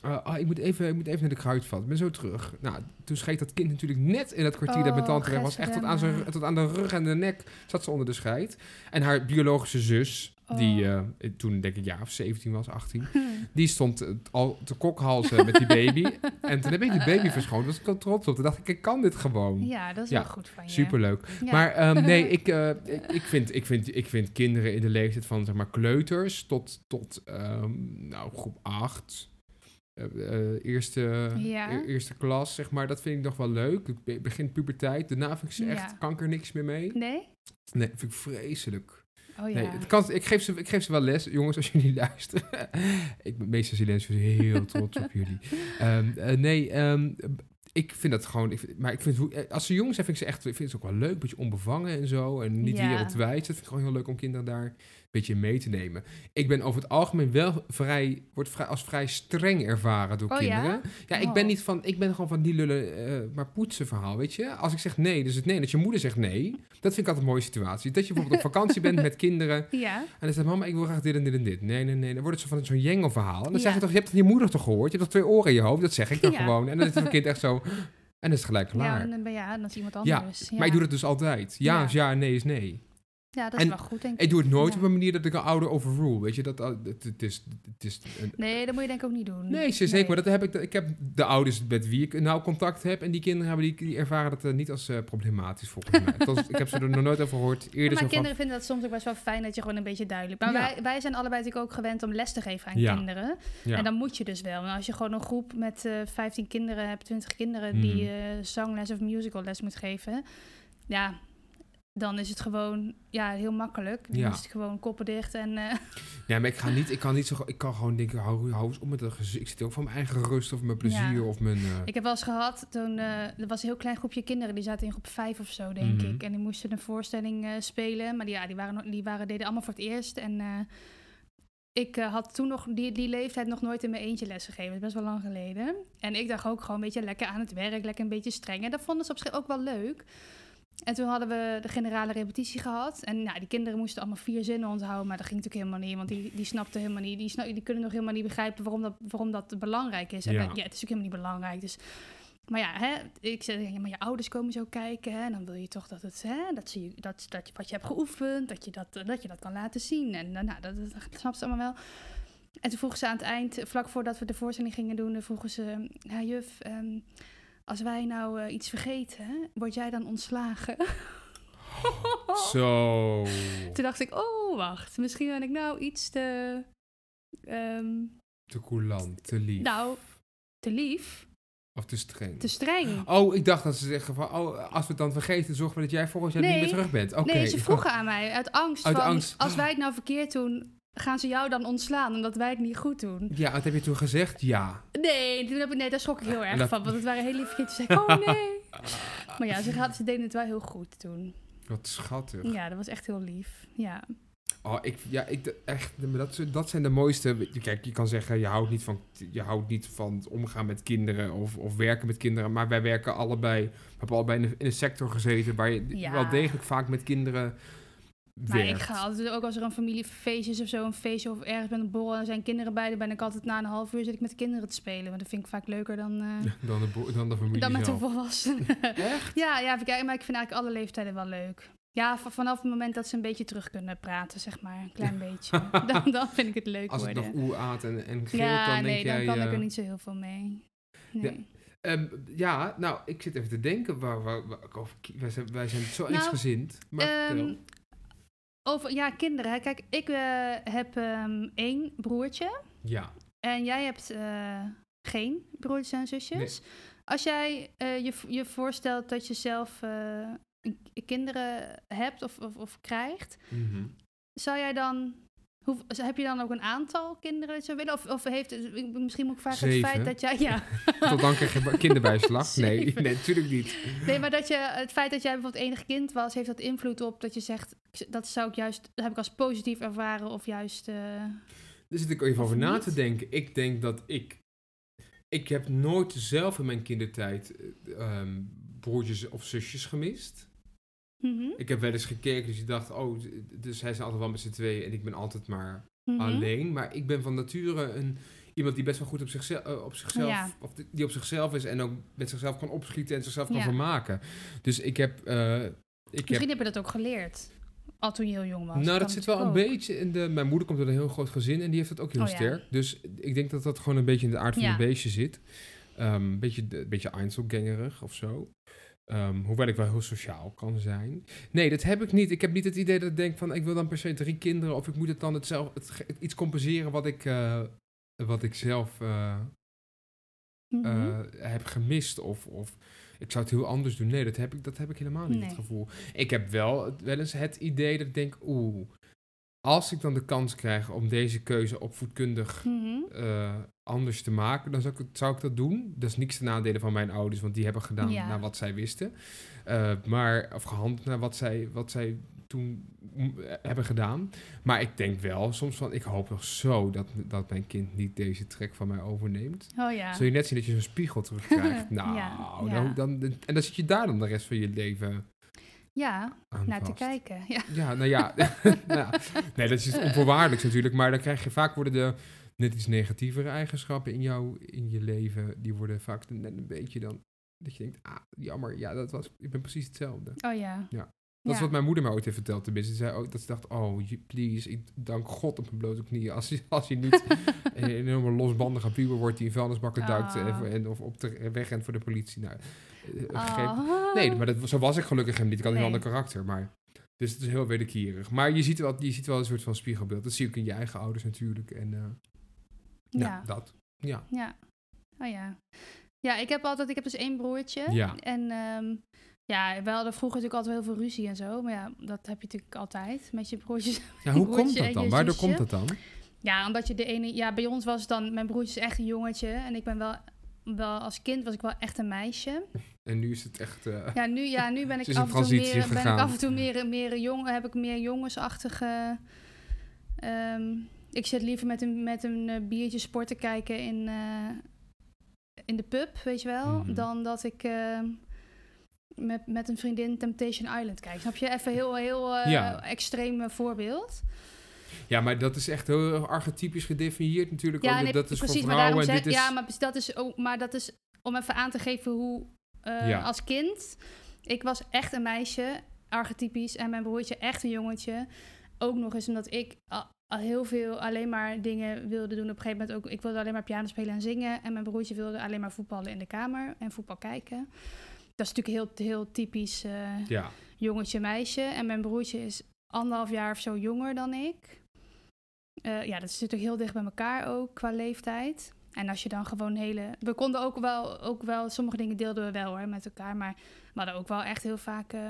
[SPEAKER 1] eh, ah, ik, moet even, ik moet even naar de kruidvat, ik ben zo terug. Nou, toen scheet dat kind natuurlijk net in dat kwartier dat mijn
[SPEAKER 2] Oh,
[SPEAKER 1] tante weg was. Echt tot aan, zijn,
[SPEAKER 2] gadverdamme.
[SPEAKER 1] tot aan de rug en de nek zat ze onder de scheid. En haar biologische zus, die
[SPEAKER 2] Oh.
[SPEAKER 1] eh, toen denk ik ja of 17 was, 18, die stond eh, al te kokhalzen met die baby. en toen heb ik die baby verschoond, was ik al trots op. Toen dacht ik, ik kan dit gewoon.
[SPEAKER 2] Ja, dat is
[SPEAKER 1] Ja,
[SPEAKER 2] wel goed van je.
[SPEAKER 1] Superleuk.
[SPEAKER 2] Ja.
[SPEAKER 1] Maar ehm, nee, ik, eh, ik, ik, vind, ik, vind, ik vind kinderen in de leeftijd van zeg maar kleuters tot, tot ehm, nou, groep 8, eerste,
[SPEAKER 2] Ja.
[SPEAKER 1] e- eerste klas, zeg maar, dat vind ik nog wel leuk. Ik be- begin puberteit, daarna vind ik ze echt
[SPEAKER 2] Ja.
[SPEAKER 1] kanker niks meer mee.
[SPEAKER 2] Nee?
[SPEAKER 1] Nee, vind ik vreselijk.
[SPEAKER 2] Oh ja.
[SPEAKER 1] Nee, het kan, ik, geef ze, ik geef ze wel les, jongens, als jullie luisteren. ik ben meester Silentius heel trots op jullie. Ehm, eh, nee, ehm, ik vind dat gewoon... Ik vind- maar ik vind, hoe- eh, als ze jong zijn, vind ik ze echt ik vind ze ook wel leuk. Een beetje onbevangen en zo. En niet
[SPEAKER 2] Ja.
[SPEAKER 1] wereldwijd. Dat vind ik gewoon heel leuk om kinderen daar een beetje in mee te nemen. Ik ben over het algemeen wel vrij... Word vrij, als vrij streng ervaren door
[SPEAKER 2] Oh, ja?
[SPEAKER 1] kinderen. Ja, ik ben
[SPEAKER 2] Oh.
[SPEAKER 1] niet van... Ik ben gewoon van die lullen eh, maar poetsen verhaal, weet je. Als ik zeg nee, dus het nee. Dat je moeder zegt nee. Dat vind ik altijd een mooie situatie. Dat je bijvoorbeeld op vakantie bent met kinderen...
[SPEAKER 2] Ja.
[SPEAKER 1] En dan zegt mama, ik wil graag dit en dit en dit. Nee, nee, nee. Dan wordt het zo van zo'n jengelverhaal. En dan
[SPEAKER 2] Ja.
[SPEAKER 1] zeg je toch, je hebt het aan je moeder toch gehoord? Je hebt toch twee oren in je hoofd? Dat zeg ik dan
[SPEAKER 2] Ja.
[SPEAKER 1] gewoon. En dan is het kind echt zo... En dan is het gelijk klaar.
[SPEAKER 2] Ja, en dan ben je, ja, dan is iemand
[SPEAKER 1] Ja,
[SPEAKER 2] anders. Ja,
[SPEAKER 1] Maar ik doe dat dus altijd. Ja,
[SPEAKER 2] Ja.
[SPEAKER 1] is ja, nee is nee.
[SPEAKER 2] Ja, dat is
[SPEAKER 1] en-
[SPEAKER 2] wel goed, denk ik.
[SPEAKER 1] Ik doe het nooit
[SPEAKER 2] Ja.
[SPEAKER 1] op een manier dat ik een ouder overrule. Weet je, dat, dat, het, het is... Het is een-
[SPEAKER 2] Nee, dat moet je denk ik ook niet doen.
[SPEAKER 1] Nee, zeer zeker. Maar dat heb ik, ik heb de ouders met wie ik nou contact heb. En die kinderen hebben die, die ervaren dat eh, niet als eh, problematisch volgens mij. Althans, ik heb ze er nog nooit over gehoord. Eerder
[SPEAKER 2] Ja,
[SPEAKER 1] zo
[SPEAKER 2] maar
[SPEAKER 1] van,
[SPEAKER 2] kinderen vinden dat soms ook best wel fijn dat je gewoon een beetje duidelijk... Maar
[SPEAKER 1] Ja.
[SPEAKER 2] wij, wij zijn allebei natuurlijk ook gewend om les te geven aan
[SPEAKER 1] Ja.
[SPEAKER 2] kinderen.
[SPEAKER 1] ja.
[SPEAKER 2] En dan moet je dus wel. En als je gewoon een groep met eh 15 kinderen hebt, 20 kinderen... die
[SPEAKER 1] Mhm.
[SPEAKER 2] eh, zangles of musicalles moet geven... Ja, dan is het gewoon ja, heel makkelijk. Dan
[SPEAKER 1] Ja.
[SPEAKER 2] is het gewoon koppen dicht en... eh,
[SPEAKER 1] Ja, maar ik ga niet, ik kan niet zo, ik kan gewoon denken, hou, hou eens op met dat gezicht. Ik zit ook van mijn eigen rust of mijn plezier
[SPEAKER 2] Ja.
[SPEAKER 1] of mijn... eh,
[SPEAKER 2] Ik heb wel eens gehad, toen eh, er was een heel klein groepje kinderen, die zaten in groep 5 of zo, denk
[SPEAKER 1] Mhm.
[SPEAKER 2] ik. En die moesten een voorstelling eh, spelen, maar die, ja, die, waren, nog- die waren, deden allemaal voor het eerst. En eh, ik eh, had toen nog die, die leeftijd nog nooit in mijn eentje les gegeven, dat is best wel lang geleden. En ik dacht ook gewoon een beetje lekker aan het werk, lekker een beetje streng. En dat vonden ze op zich ook wel leuk. En toen hadden we de generale repetitie gehad. En nou, die kinderen moesten allemaal vier zinnen onthouden. Maar dat ging natuurlijk helemaal niet. Want die, die snapten helemaal niet. Die, sna- die kunnen nog helemaal niet begrijpen waarom dat, waarom dat belangrijk is. En
[SPEAKER 1] Ja.
[SPEAKER 2] dat- ja, het is ook helemaal niet belangrijk. Dus maar ja, hè, ik zei, ja, maar je ouders komen zo kijken. Hè, en dan wil je toch dat het, hè, dat zie je, dat, dat je, wat je hebt geoefend, dat je dat, eh, dat je dat kan laten zien. En eh, nou, dat, dat, dat snapt ze allemaal wel. En toen vroegen ze aan het eind, vlak voordat we de voorstelling gingen doen, dan vroegen ze, ja juf, ehm, als wij nou eh, iets vergeten, word jij dan ontslagen? oh.
[SPEAKER 1] Zo.
[SPEAKER 2] Toen dacht ik, oh wacht, misschien ben ik nou iets te, ehm,
[SPEAKER 1] Te coulant, te lief.
[SPEAKER 2] nou, te lief,
[SPEAKER 1] Of te streng.
[SPEAKER 2] te streng.
[SPEAKER 1] Oh, ik dacht dat ze zeggen van, oh, als we het dan vergeten, zorg maar dat jij volgend jaar
[SPEAKER 2] Nee.
[SPEAKER 1] niet meer terug bent. Oké.
[SPEAKER 2] Nee, ze vroegen aan mij uit angst
[SPEAKER 1] Uit
[SPEAKER 2] van,
[SPEAKER 1] angst.
[SPEAKER 2] als wij het nou verkeerd doen, gaan ze jou dan ontslaan omdat wij het niet goed doen.
[SPEAKER 1] Ja, wat heb je toen gezegd? Ja.
[SPEAKER 2] Nee, toen heb ik, nee daar schrok ik heel erg
[SPEAKER 1] Dat-
[SPEAKER 2] van, want het waren hele lieve kindjes. Toen zei ik, oh nee. Maar ja, ze, hadden, ze deden het wel heel goed toen.
[SPEAKER 1] Wat schattig.
[SPEAKER 2] Ja, dat was echt heel lief. Ja,
[SPEAKER 1] Oh, ik, ja, ik, echt, maar dat, zijn- dat zijn de mooiste. Kijk, je kan zeggen, je houdt niet van, je houdt niet van het omgaan met kinderen of, of werken met kinderen. Maar wij werken allebei, we hebben allebei in een, in een sector gezeten waar je
[SPEAKER 2] Ja.
[SPEAKER 1] wel degelijk vaak met kinderen
[SPEAKER 2] maar
[SPEAKER 1] werkt.
[SPEAKER 2] ik ga altijd, ook als er een familiefeest is of zo, een feestje of ergens ben een borrel en er zijn kinderen bij, dan ben ik altijd na een half uur zit ik met de kinderen te spelen. Want dat vind ik vaak leuker dan, eh,
[SPEAKER 1] Dan de, bo- dan de familie
[SPEAKER 2] dan met de
[SPEAKER 1] zelf.
[SPEAKER 2] volwassenen.
[SPEAKER 1] Echt?
[SPEAKER 2] ja, ja, maar ik vind eigenlijk alle leeftijden wel leuk. Ja, v- vanaf het moment dat ze een beetje terug kunnen praten, zeg maar. Een klein beetje. Dan, dan vind ik het leuk
[SPEAKER 1] Als het
[SPEAKER 2] worden.
[SPEAKER 1] nog oe aat en, en geelt,
[SPEAKER 2] ja,
[SPEAKER 1] dan denk
[SPEAKER 2] nee, dan
[SPEAKER 1] jij...
[SPEAKER 2] kan ik
[SPEAKER 1] eh,
[SPEAKER 2] er niet zo heel veel mee.
[SPEAKER 1] Ja,
[SPEAKER 2] Nee.
[SPEAKER 1] ehm, ja, nou, ik zit even te denken. Waar, waar, waar ik over kie- wij, zijn, wij zijn zo
[SPEAKER 2] Nou,
[SPEAKER 1] eensgezind. Maar vertel.
[SPEAKER 2] Ehm, over, ja, kinderen. hè. Kijk, ik eh, heb ehm, één broertje.
[SPEAKER 1] ja,
[SPEAKER 2] En jij hebt eh, geen broertjes en zusjes. Als jij eh, je, v- je voorstelt dat je zelf eh, een- kinderen hebt of, of, of krijgt,
[SPEAKER 1] mhm.
[SPEAKER 2] zou jij dan. Hoe, heb je dan ook een aantal kinderen dat je zou willen? Of, of heeft, ik- misschien moet ik vragen
[SPEAKER 1] Zeven.
[SPEAKER 2] het feit dat jij. Ja,
[SPEAKER 1] tot dan krijg je ba- kinderbijslag. nee,
[SPEAKER 2] Zeven.
[SPEAKER 1] nee, natuurlijk niet.
[SPEAKER 2] nee, maar dat je, het feit dat jij bijvoorbeeld enig kind was, heeft dat invloed op dat je zegt. Dat zou ik juist. Dat heb ik als positief ervaren of juist. eh,
[SPEAKER 1] Daar zit ik even
[SPEAKER 2] Of
[SPEAKER 1] over na
[SPEAKER 2] niet?
[SPEAKER 1] te denken. Ik denk dat ik... Ik heb nooit zelf in mijn kindertijd eh, ehm, broertjes of zusjes gemist.
[SPEAKER 2] mhm,
[SPEAKER 1] Ik heb wel eens gekeken, dus ik dacht, oh, dus zij zijn altijd wel met z'n tweeën en ik ben altijd maar
[SPEAKER 2] mhm.
[SPEAKER 1] alleen. Maar ik ben van nature een, iemand die best wel goed op zichzelf, eh, op zichzelf
[SPEAKER 2] Ja.
[SPEAKER 1] of die- die op zichzelf is en ook met zichzelf kan opschieten en zichzelf kan
[SPEAKER 2] Ja.
[SPEAKER 1] vermaken. Dus ik heb, eh, ik heb
[SPEAKER 2] Misschien heb je dat ook geleerd. Al toen je heel jong was.
[SPEAKER 1] nou,
[SPEAKER 2] Kan
[SPEAKER 1] dat zit wel een
[SPEAKER 2] natuurlijk ook.
[SPEAKER 1] beetje in de. Mijn moeder komt uit een heel groot gezin en die heeft dat ook heel
[SPEAKER 2] Oh ja.
[SPEAKER 1] sterk. Dus ik denk dat dat gewoon een beetje in de aard van
[SPEAKER 2] Ja.
[SPEAKER 1] het beestje zit. Ehm, Een beetje, de- een beetje Einzelgangerig of zo. Ehm, hoewel ik wel heel sociaal kan zijn. Nee, dat heb ik niet. Ik heb niet het idee dat ik denk van ik wil dan per se drie kinderen of ik moet het dan hetzelfde, het, ge- iets compenseren wat ik, eh, wat ik zelf eh, eh,
[SPEAKER 2] Mhm.
[SPEAKER 1] heb gemist. Of, of ik zou het heel anders doen. Nee, dat heb ik, dat heb ik helemaal niet,
[SPEAKER 2] Nee.
[SPEAKER 1] het gevoel. Ik heb wel, het- wel eens het idee dat ik denk... Oeh, als ik dan de kans krijg om deze keuze opvoedkundig
[SPEAKER 2] Mhm.
[SPEAKER 1] eh, anders te maken... dan zou ik, het- zou ik dat doen. Dat is niks te nadelen van mijn ouders... want die hebben gedaan
[SPEAKER 2] Ja.
[SPEAKER 1] naar wat zij wisten. Eh, maar, of gehandeld naar wat zij, wat zij toen mm, eh, hebben gedaan. Maar ik denk wel soms van... ik hoop nog zo dat, dat mijn kind niet deze trek van mij overneemt.
[SPEAKER 2] Oh ja.
[SPEAKER 1] Zul je net zien dat je zo'n spiegel terugkrijgt. nou,
[SPEAKER 2] Ja,
[SPEAKER 1] dan-
[SPEAKER 2] ja.
[SPEAKER 1] Dan, en dan zit je daar dan de rest van je leven
[SPEAKER 2] Ja,
[SPEAKER 1] aan
[SPEAKER 2] naar te
[SPEAKER 1] vast.
[SPEAKER 2] kijken. Ja.
[SPEAKER 1] Ja, nou ja. Nou ja. Nee, dat is iets onvoorwaardelijks natuurlijk. Maar dan krijg je vaak worden de net iets negatievere eigenschappen in, jou, in je leven. Die worden vaak dan net een beetje dan... Dat je denkt, ah, jammer. Ja, dat was... Ik ben precies hetzelfde.
[SPEAKER 2] Oh ja.
[SPEAKER 1] Ja. Dat is
[SPEAKER 2] Ja.
[SPEAKER 1] wat mijn moeder mij ooit heeft verteld. Tenminste, ze zei ook dat ze dacht, oh, je- please, ik dank God op mijn blote knieën. Als je, als je niet eh, een enorme losbandige puber wordt die in vuilnisbakken duikt
[SPEAKER 2] Ah.
[SPEAKER 1] eh, voor- en, of op de weg rent voor de politie. Nou, eh, op een gegeven-
[SPEAKER 2] Ah.
[SPEAKER 1] Nee, maar dat, zo was ik gelukkig hem niet. Ik had een
[SPEAKER 2] Nee.
[SPEAKER 1] ander karakter, maar... Dus het is heel wederkerig. Maar je ziet, wel, je ziet wel een soort van spiegelbeeld. Dat zie ik in je eigen ouders natuurlijk. En eh,
[SPEAKER 2] Ja.
[SPEAKER 1] nou, dat. Ja.
[SPEAKER 2] ja. Oh ja. Ja, ik heb altijd, ik heb dus één broertje.
[SPEAKER 1] Ja.
[SPEAKER 2] En ehm, ja, we hadden vroeger natuurlijk altijd heel veel ruzie en zo. Maar ja, dat heb je natuurlijk altijd met je broertjes.
[SPEAKER 1] ja hoe
[SPEAKER 2] broertje
[SPEAKER 1] komt
[SPEAKER 2] en
[SPEAKER 1] dat dan?
[SPEAKER 2] je
[SPEAKER 1] Waardoor
[SPEAKER 2] zusje.
[SPEAKER 1] komt dat dan?
[SPEAKER 2] Ja, omdat je de ene, ja, bij ons was dan, mijn broertje is echt een jongetje. En ik ben wel, wel als kind was ik wel echt een meisje.
[SPEAKER 1] En nu is het echt... eh,
[SPEAKER 2] Ja, nu, ja, nu ben,
[SPEAKER 1] Het
[SPEAKER 2] ik
[SPEAKER 1] is een
[SPEAKER 2] af, en toe
[SPEAKER 1] transitie
[SPEAKER 2] meer, ben ik
[SPEAKER 1] gegaan.
[SPEAKER 2] af en toe meer, meer jong, heb ik meer jongensachtige. ehm, ik zit liever met een, met een eh, biertje sport te kijken in, eh, in de pub, weet je wel.
[SPEAKER 1] Mhm.
[SPEAKER 2] Dan dat ik ehm, met, met een vriendin Temptation Island kijk. Snap je? Even heel, heel eh,
[SPEAKER 1] Ja.
[SPEAKER 2] extreem eh, voorbeeld.
[SPEAKER 1] Ja, maar dat is echt heel erg archetypisch gedefinieerd natuurlijk. ook.
[SPEAKER 2] nee,
[SPEAKER 1] dat is voor
[SPEAKER 2] maar
[SPEAKER 1] vrouwen en
[SPEAKER 2] zeg-
[SPEAKER 1] dit is...
[SPEAKER 2] Ja, maar dus dat is ook, maar dat is om even aan te geven hoe eh,
[SPEAKER 1] Ja.
[SPEAKER 2] als kind. Ik was echt een meisje, archetypisch, en mijn broertje echt een jongetje. Ook nog eens omdat ik al, al heel veel alleen maar dingen wilde doen. Op een gegeven moment ook, ik wilde alleen maar piano spelen en zingen. En mijn broertje wilde alleen maar voetballen in de kamer en voetbal kijken. Dat is natuurlijk heel, heel typisch eh,
[SPEAKER 1] ja.
[SPEAKER 2] jongetje meisje. En mijn broertje is anderhalf jaar of zo jonger dan ik. Eh, ja, dat is natuurlijk heel dicht bij elkaar ook qua leeftijd. En als je dan gewoon hele. We konden ook wel, ook wel sommige dingen deelden we wel hoor met elkaar. Maar we hadden ook wel echt heel vaak. eh,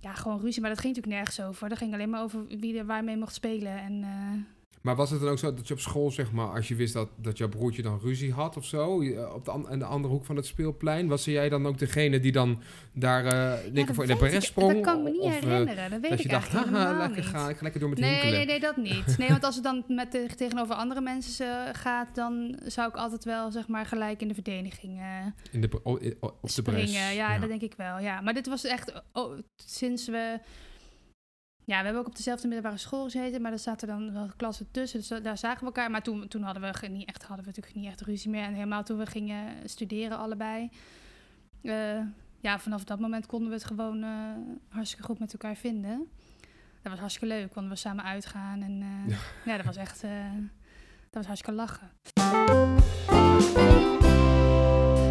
[SPEAKER 2] ja, gewoon ruzie. Maar dat ging natuurlijk nergens over. Dat ging alleen maar over wie er waarmee mocht spelen. En. eh,
[SPEAKER 1] Maar was het dan ook zo dat je op school, zeg maar, als je wist dat, dat jouw broertje dan ruzie had of zo, je- eh, op de, an- aan de andere hoek van het speelplein, was jij dan ook degene die dan daar eh
[SPEAKER 2] ja,
[SPEAKER 1] lekker
[SPEAKER 2] dat
[SPEAKER 1] voor in de
[SPEAKER 2] weet
[SPEAKER 1] bres
[SPEAKER 2] ik-
[SPEAKER 1] sprong?
[SPEAKER 2] Dat kan ik me niet
[SPEAKER 1] of, eh,
[SPEAKER 2] herinneren. Dat weet
[SPEAKER 1] dat
[SPEAKER 2] ik
[SPEAKER 1] je dacht,
[SPEAKER 2] eigenlijk
[SPEAKER 1] haha,
[SPEAKER 2] helemaal
[SPEAKER 1] lekker
[SPEAKER 2] niet.
[SPEAKER 1] ga, ik ga lekker door met
[SPEAKER 2] Nee,
[SPEAKER 1] hinkelen.
[SPEAKER 2] nee, nee, dat niet. Nee, want als het dan met de- tegenover andere mensen eh, gaat, dan zou ik altijd wel zeg maar gelijk in de verdediging eh
[SPEAKER 1] In de, oh, in- oh, op de
[SPEAKER 2] springen.
[SPEAKER 1] bres.
[SPEAKER 2] ja, dat denk ik wel. Ja, maar dit was echt oh, sinds we. Ja, we hebben ook op dezelfde middelbare school gezeten, maar daar zaten dan wel klassen tussen. Dus da- daar zagen we elkaar. Maar toen, toen hadden, we ge- niet echt, hadden we natuurlijk niet echt ruzie meer. En helemaal toen we gingen studeren allebei. eh, ja, vanaf dat moment konden we het gewoon eh, hartstikke goed met elkaar vinden. Dat was hartstikke leuk, konden we samen uitgaan. En eh,
[SPEAKER 1] Ja.
[SPEAKER 2] ja. dat was echt... eh, dat was hartstikke lachen.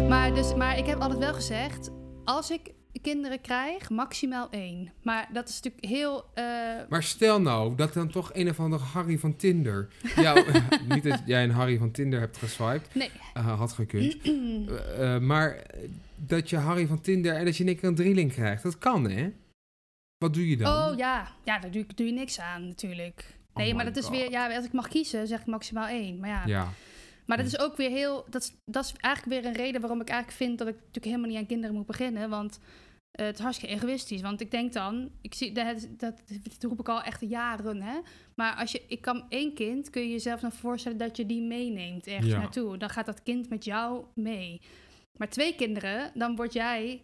[SPEAKER 2] Maar, dus, maar ik heb altijd wel gezegd... Als ik kinderen krijg, maximaal één. Maar dat is natuurlijk heel... eh,
[SPEAKER 1] Maar stel nou dat dan toch een of andere Harry van Tinder. Jou, niet dat jij een Harry van Tinder hebt geswiped.
[SPEAKER 2] Nee.
[SPEAKER 1] Eh, had gekund. Eh, eh, maar eh, dat je Harry van Tinder en dat je in één keer een drieling krijgt. Dat kan, hè? Wat doe je dan?
[SPEAKER 2] Oh ja, ja daar doe, doe je niks aan natuurlijk. Nee,
[SPEAKER 1] Oh my
[SPEAKER 2] maar dat is
[SPEAKER 1] God.
[SPEAKER 2] weer, ja, als ik mag kiezen, zeg ik maximaal één. Maar ja,
[SPEAKER 1] Ja.
[SPEAKER 2] maar dat is ook weer heel, dat is, dat is eigenlijk weer een reden waarom ik eigenlijk vind dat ik natuurlijk helemaal niet aan kinderen moet beginnen. Want eh, het is hartstikke egoïstisch. Want ik denk dan, ik zie, dat, dat, dat roep ik al echt jaren, hè. Maar als je, ik kan één kind, kun je jezelf dan voorstellen dat je die meeneemt ergens
[SPEAKER 1] Ja.
[SPEAKER 2] naartoe. Dan gaat dat kind met jou mee. Maar twee kinderen, dan word jij,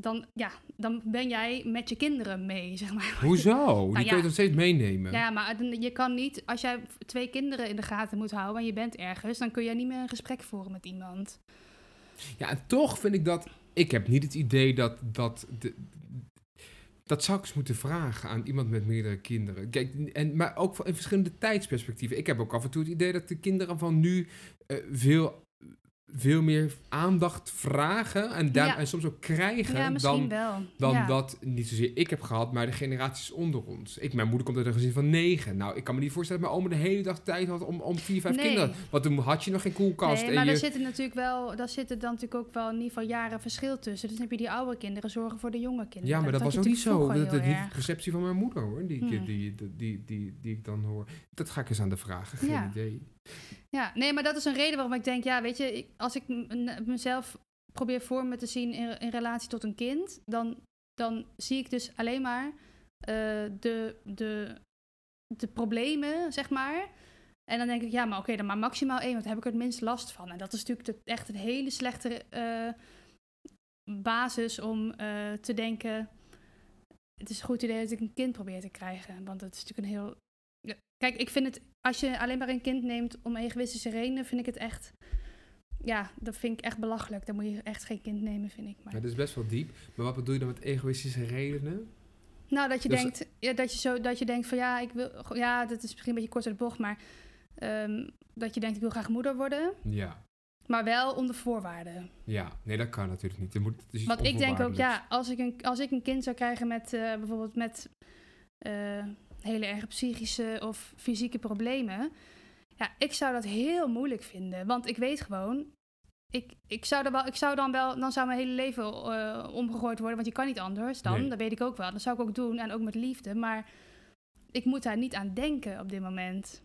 [SPEAKER 2] dan, ja, dan ben jij met je kinderen mee, zeg maar.
[SPEAKER 1] Hoezo? Die
[SPEAKER 2] Nou ja.
[SPEAKER 1] kun je nog steeds meenemen.
[SPEAKER 2] Ja, maar dan- je kan niet, als jij twee kinderen in de gaten moet houden en je bent ergens, dan kun jij niet meer een gesprek voeren met iemand.
[SPEAKER 1] Ja, en toch vind ik dat. Ik heb niet het idee dat. Dat, de- dat zou ik eens moeten vragen aan iemand met meerdere kinderen. Kijk, en, maar ook van- in verschillende tijdsperspectieven. Ik heb ook af en toe het idee dat de kinderen van nu eh, veel, veel meer aandacht vragen. En, daar,
[SPEAKER 2] Ja.
[SPEAKER 1] en soms ook krijgen
[SPEAKER 2] Ja,
[SPEAKER 1] dan,
[SPEAKER 2] misschien wel.
[SPEAKER 1] dan
[SPEAKER 2] ja.
[SPEAKER 1] dat niet zozeer ik heb gehad, maar de generaties onder ons. Ik, mijn moeder komt uit een gezin van negen. Nou, ik kan me niet voorstellen dat mijn oma de hele dag tijd had om, om vier, vijf
[SPEAKER 2] Nee.
[SPEAKER 1] kinderen. Want toen had je nog geen koelkast.
[SPEAKER 2] Nee,
[SPEAKER 1] en
[SPEAKER 2] maar
[SPEAKER 1] je,
[SPEAKER 2] daar zitten natuurlijk wel, daar zitten dan natuurlijk ook wel in ieder geval jaren verschil tussen. Dus dan heb je die oude kinderen zorgen voor de jonge kinderen.
[SPEAKER 1] Ja, maar dat, was ook niet zo.
[SPEAKER 2] natuurlijk
[SPEAKER 1] Dat, dat
[SPEAKER 2] vroeger heel
[SPEAKER 1] is de perceptie van mijn moeder hoor, die, ik-
[SPEAKER 2] Hmm.
[SPEAKER 1] die, die, die, die, die ik dan hoor. Dat ga ik eens aan de vragen, geen
[SPEAKER 2] Ja.
[SPEAKER 1] idee.
[SPEAKER 2] Ja, nee, maar dat is een reden waarom ik denk, ja, weet je, ik- als ik m- n- mezelf probeer voor me te zien in, in relatie tot een kind, dan, dan zie ik dus alleen maar eh, de, de, de problemen, zeg maar. En dan denk ik, ja, maar oké, dan maar maximaal één, want daar heb ik er het minst last van. En dat is natuurlijk de- echt een hele slechte eh, basis om eh, te denken, het is een goed idee dat ik een kind probeer te krijgen. Want dat is natuurlijk een heel... Ja, Kijk, ik vind het als je alleen maar een kind neemt om egoïstische redenen, vind ik het echt. Ja, dat vind ik echt belachelijk. Dan moet je echt geen kind nemen, vind ik. Maar...
[SPEAKER 1] Maar dat is best wel diep. Maar wat bedoel je dan met egoïstische redenen?
[SPEAKER 2] Nou, dat je,
[SPEAKER 1] Dus-
[SPEAKER 2] denkt, ja, dat, je zo, dat je denkt van ja, ik wil. Ja, dat is misschien een beetje kort uit de bocht, maar. ehm, dat je denkt, ik wil graag moeder worden,
[SPEAKER 1] Ja,
[SPEAKER 2] maar wel onder voorwaarden.
[SPEAKER 1] ja. Nee, dat kan natuurlijk niet. Er moet, het is iets
[SPEAKER 2] Want ik denk ook,
[SPEAKER 1] onvoorwaardelijks.
[SPEAKER 2] ja, als ik een, als ik een kind zou krijgen met eh, bijvoorbeeld met eh, hele erge psychische of fysieke problemen. Ja, ik zou dat heel moeilijk vinden. Want ik weet gewoon, ik, ik, zou, er wel, ik zou dan wel, dan zou mijn hele leven eh, omgegooid worden. Want je kan niet anders dan,
[SPEAKER 1] Nee.
[SPEAKER 2] dat weet ik ook wel. Dat zou ik ook doen en ook met liefde. Maar ik moet daar niet aan denken op dit moment.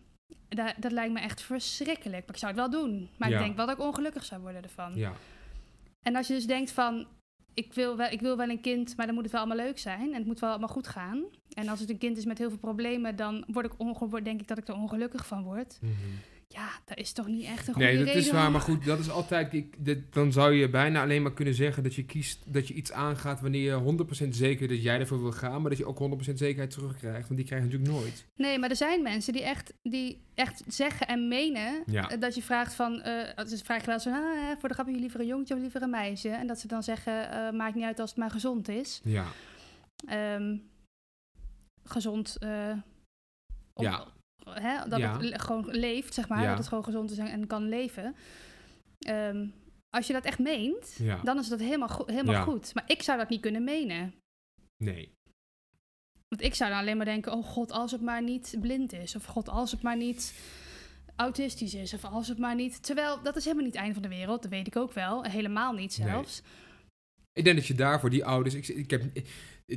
[SPEAKER 2] Dat, dat lijkt me echt verschrikkelijk. Maar ik zou het wel doen. Maar
[SPEAKER 1] Ja.
[SPEAKER 2] ik denk wel dat ik ongelukkig zou worden ervan.
[SPEAKER 1] Ja,
[SPEAKER 2] En als je dus denkt van, ik wil, wel, ik wil wel een kind, maar dan moet het wel allemaal leuk zijn. En het moet wel allemaal goed gaan. En als het een kind is met heel veel problemen, dan word ik onge- word- denk ik dat ik er ongelukkig van word.
[SPEAKER 1] mhm.
[SPEAKER 2] Ja, dat is toch niet echt een goede
[SPEAKER 1] Nee, dat
[SPEAKER 2] reden
[SPEAKER 1] is
[SPEAKER 2] om-
[SPEAKER 1] waar. Maar goed, dat is altijd... Ik, dit- dan zou je bijna alleen maar kunnen zeggen dat je kiest... dat je iets aangaat wanneer je 100% zeker dat jij ervoor wil gaan... maar dat je ook 100% zekerheid terugkrijgt. Want die krijg je natuurlijk nooit.
[SPEAKER 2] Nee, maar er zijn mensen die echt, die echt zeggen en menen
[SPEAKER 1] Ja.
[SPEAKER 2] eh, dat je vraagt van, eh ze vragen wel zo, ah, hè, voor de grap heb je liever een jongetje of liever een meisje. En dat ze dan zeggen, eh, maakt niet uit als het maar gezond is.
[SPEAKER 1] Ja,
[SPEAKER 2] Ehm, gezond. eh, om-
[SPEAKER 1] Ja.
[SPEAKER 2] Hè, dat
[SPEAKER 1] Ja.
[SPEAKER 2] het le- gewoon leeft, zeg maar.
[SPEAKER 1] Ja.
[SPEAKER 2] Dat het gewoon gezond is en, en kan leven. Ehm, als je dat echt meent,
[SPEAKER 1] ja.
[SPEAKER 2] dan is dat helemaal, go- helemaal
[SPEAKER 1] Ja.
[SPEAKER 2] goed. Maar ik zou dat niet kunnen menen.
[SPEAKER 1] Nee.
[SPEAKER 2] Want ik zou dan alleen maar denken: oh god, als het maar niet blind is. Of god, als het maar niet autistisch is. Of als het maar niet. Terwijl dat is helemaal niet het einde van de wereld. Dat weet ik ook wel. Helemaal niet
[SPEAKER 1] Nee.
[SPEAKER 2] zelfs.
[SPEAKER 1] Ik denk dat je daarvoor die ouders. Ik, ik heb, ik-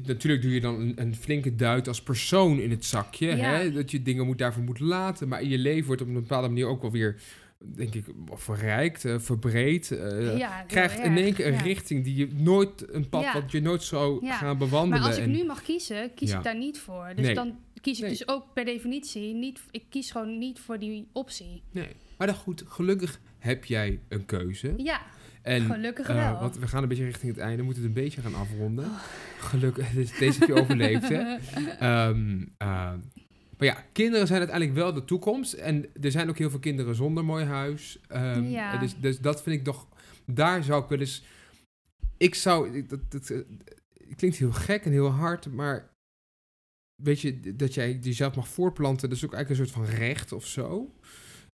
[SPEAKER 1] natuurlijk doe je dan een, een flinke duit als persoon in het zakje.
[SPEAKER 2] Ja.
[SPEAKER 1] Hè? Dat je dingen moet, daarvoor moet laten. Maar in je leven wordt op een bepaalde manier ook wel weer, denk ik, verrijkt, eh, verbreed. eh,
[SPEAKER 2] ja, heel
[SPEAKER 1] Krijgt in
[SPEAKER 2] erg.
[SPEAKER 1] één keer een
[SPEAKER 2] Ja.
[SPEAKER 1] richting die je nooit, een pad
[SPEAKER 2] Ja.
[SPEAKER 1] wat je nooit zou
[SPEAKER 2] Ja.
[SPEAKER 1] gaan bewandelen.
[SPEAKER 2] Maar als ik
[SPEAKER 1] en-
[SPEAKER 2] nu mag kiezen, kies
[SPEAKER 1] Ja.
[SPEAKER 2] ik daar niet voor. Dus
[SPEAKER 1] Nee.
[SPEAKER 2] dan kies ik
[SPEAKER 1] Nee.
[SPEAKER 2] dus ook per definitie niet. Ik kies gewoon niet voor die optie.
[SPEAKER 1] Nee. Maar dan goed, gelukkig heb jij een keuze.
[SPEAKER 2] Ja,
[SPEAKER 1] En,
[SPEAKER 2] gelukkig
[SPEAKER 1] eh,
[SPEAKER 2] wel. Oh.
[SPEAKER 1] want we gaan een beetje richting het einde, moeten het een beetje gaan afronden. Gelukkig, dus deze heb je overleefd, hè? Ehm, ehm, maar ja, kinderen zijn uiteindelijk wel de toekomst. En er zijn ook heel veel kinderen zonder mooi huis. Ehm,
[SPEAKER 2] Ja.
[SPEAKER 1] en dus, dus dat vind ik toch... Daar zou ik wel eens... ik zou. ik- Dat, dat, eh, het klinkt heel gek en heel hard, maar. Weet je, dat jij jezelf mag voortplanten, dat is ook eigenlijk een soort van recht of zo.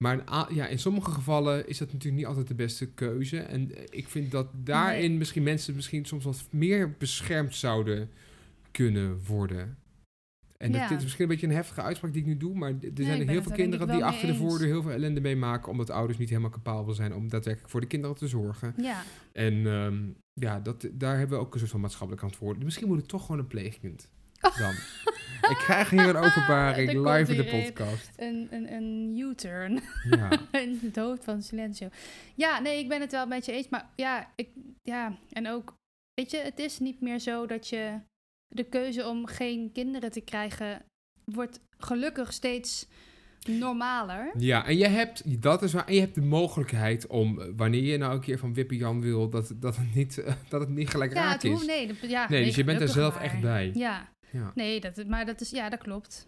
[SPEAKER 1] Maar een a- ja, in sommige gevallen is dat natuurlijk niet altijd de beste keuze. En eh, ik vind dat daarin misschien mensen misschien soms wat meer beschermd zouden kunnen worden. En
[SPEAKER 2] Ja.
[SPEAKER 1] dat, dit is misschien een beetje een heftige uitspraak die ik nu doe, maar d- er
[SPEAKER 2] ik
[SPEAKER 1] zijn
[SPEAKER 2] ben
[SPEAKER 1] er heel
[SPEAKER 2] het
[SPEAKER 1] veel
[SPEAKER 2] daar denk
[SPEAKER 1] kinderen
[SPEAKER 2] ik
[SPEAKER 1] die
[SPEAKER 2] wel
[SPEAKER 1] achter de
[SPEAKER 2] mee eens.
[SPEAKER 1] voordeur heel veel ellende mee maken, omdat ouders niet helemaal capabel zijn om daadwerkelijk voor de kinderen te zorgen.
[SPEAKER 2] Ja,
[SPEAKER 1] En ehm, ja, dat, daar hebben we ook een soort van maatschappelijk antwoord. Misschien moet het toch gewoon een pleegkind. Dan. ik krijg hier een openbaring
[SPEAKER 2] Daar
[SPEAKER 1] live
[SPEAKER 2] komt
[SPEAKER 1] in de
[SPEAKER 2] hierin.
[SPEAKER 1] podcast.
[SPEAKER 2] een, een, een U-turn.
[SPEAKER 1] Ja.
[SPEAKER 2] in het hoofd van Silencio. Ja, nee, ik ben het wel met je eens. Maar ja, ik, ja, en ook, weet je, het is niet meer zo dat je de keuze om geen kinderen te krijgen wordt gelukkig steeds normaler.
[SPEAKER 1] ja, en je hebt, dat is waar, en je hebt de mogelijkheid om, eh, wanneer je nou een keer van Wippie Jan wil, dat, dat, het, niet, eh, dat het niet gelijk
[SPEAKER 2] Ja,
[SPEAKER 1] raak
[SPEAKER 2] het
[SPEAKER 1] is.
[SPEAKER 2] hoeft, nee, dat- ja,
[SPEAKER 1] Nee, dus je bent er
[SPEAKER 2] gelukkig
[SPEAKER 1] zelf
[SPEAKER 2] maar.
[SPEAKER 1] echt bij.
[SPEAKER 2] Ja,
[SPEAKER 1] Ja.
[SPEAKER 2] nee, dat, maar dat is, ja, dat klopt.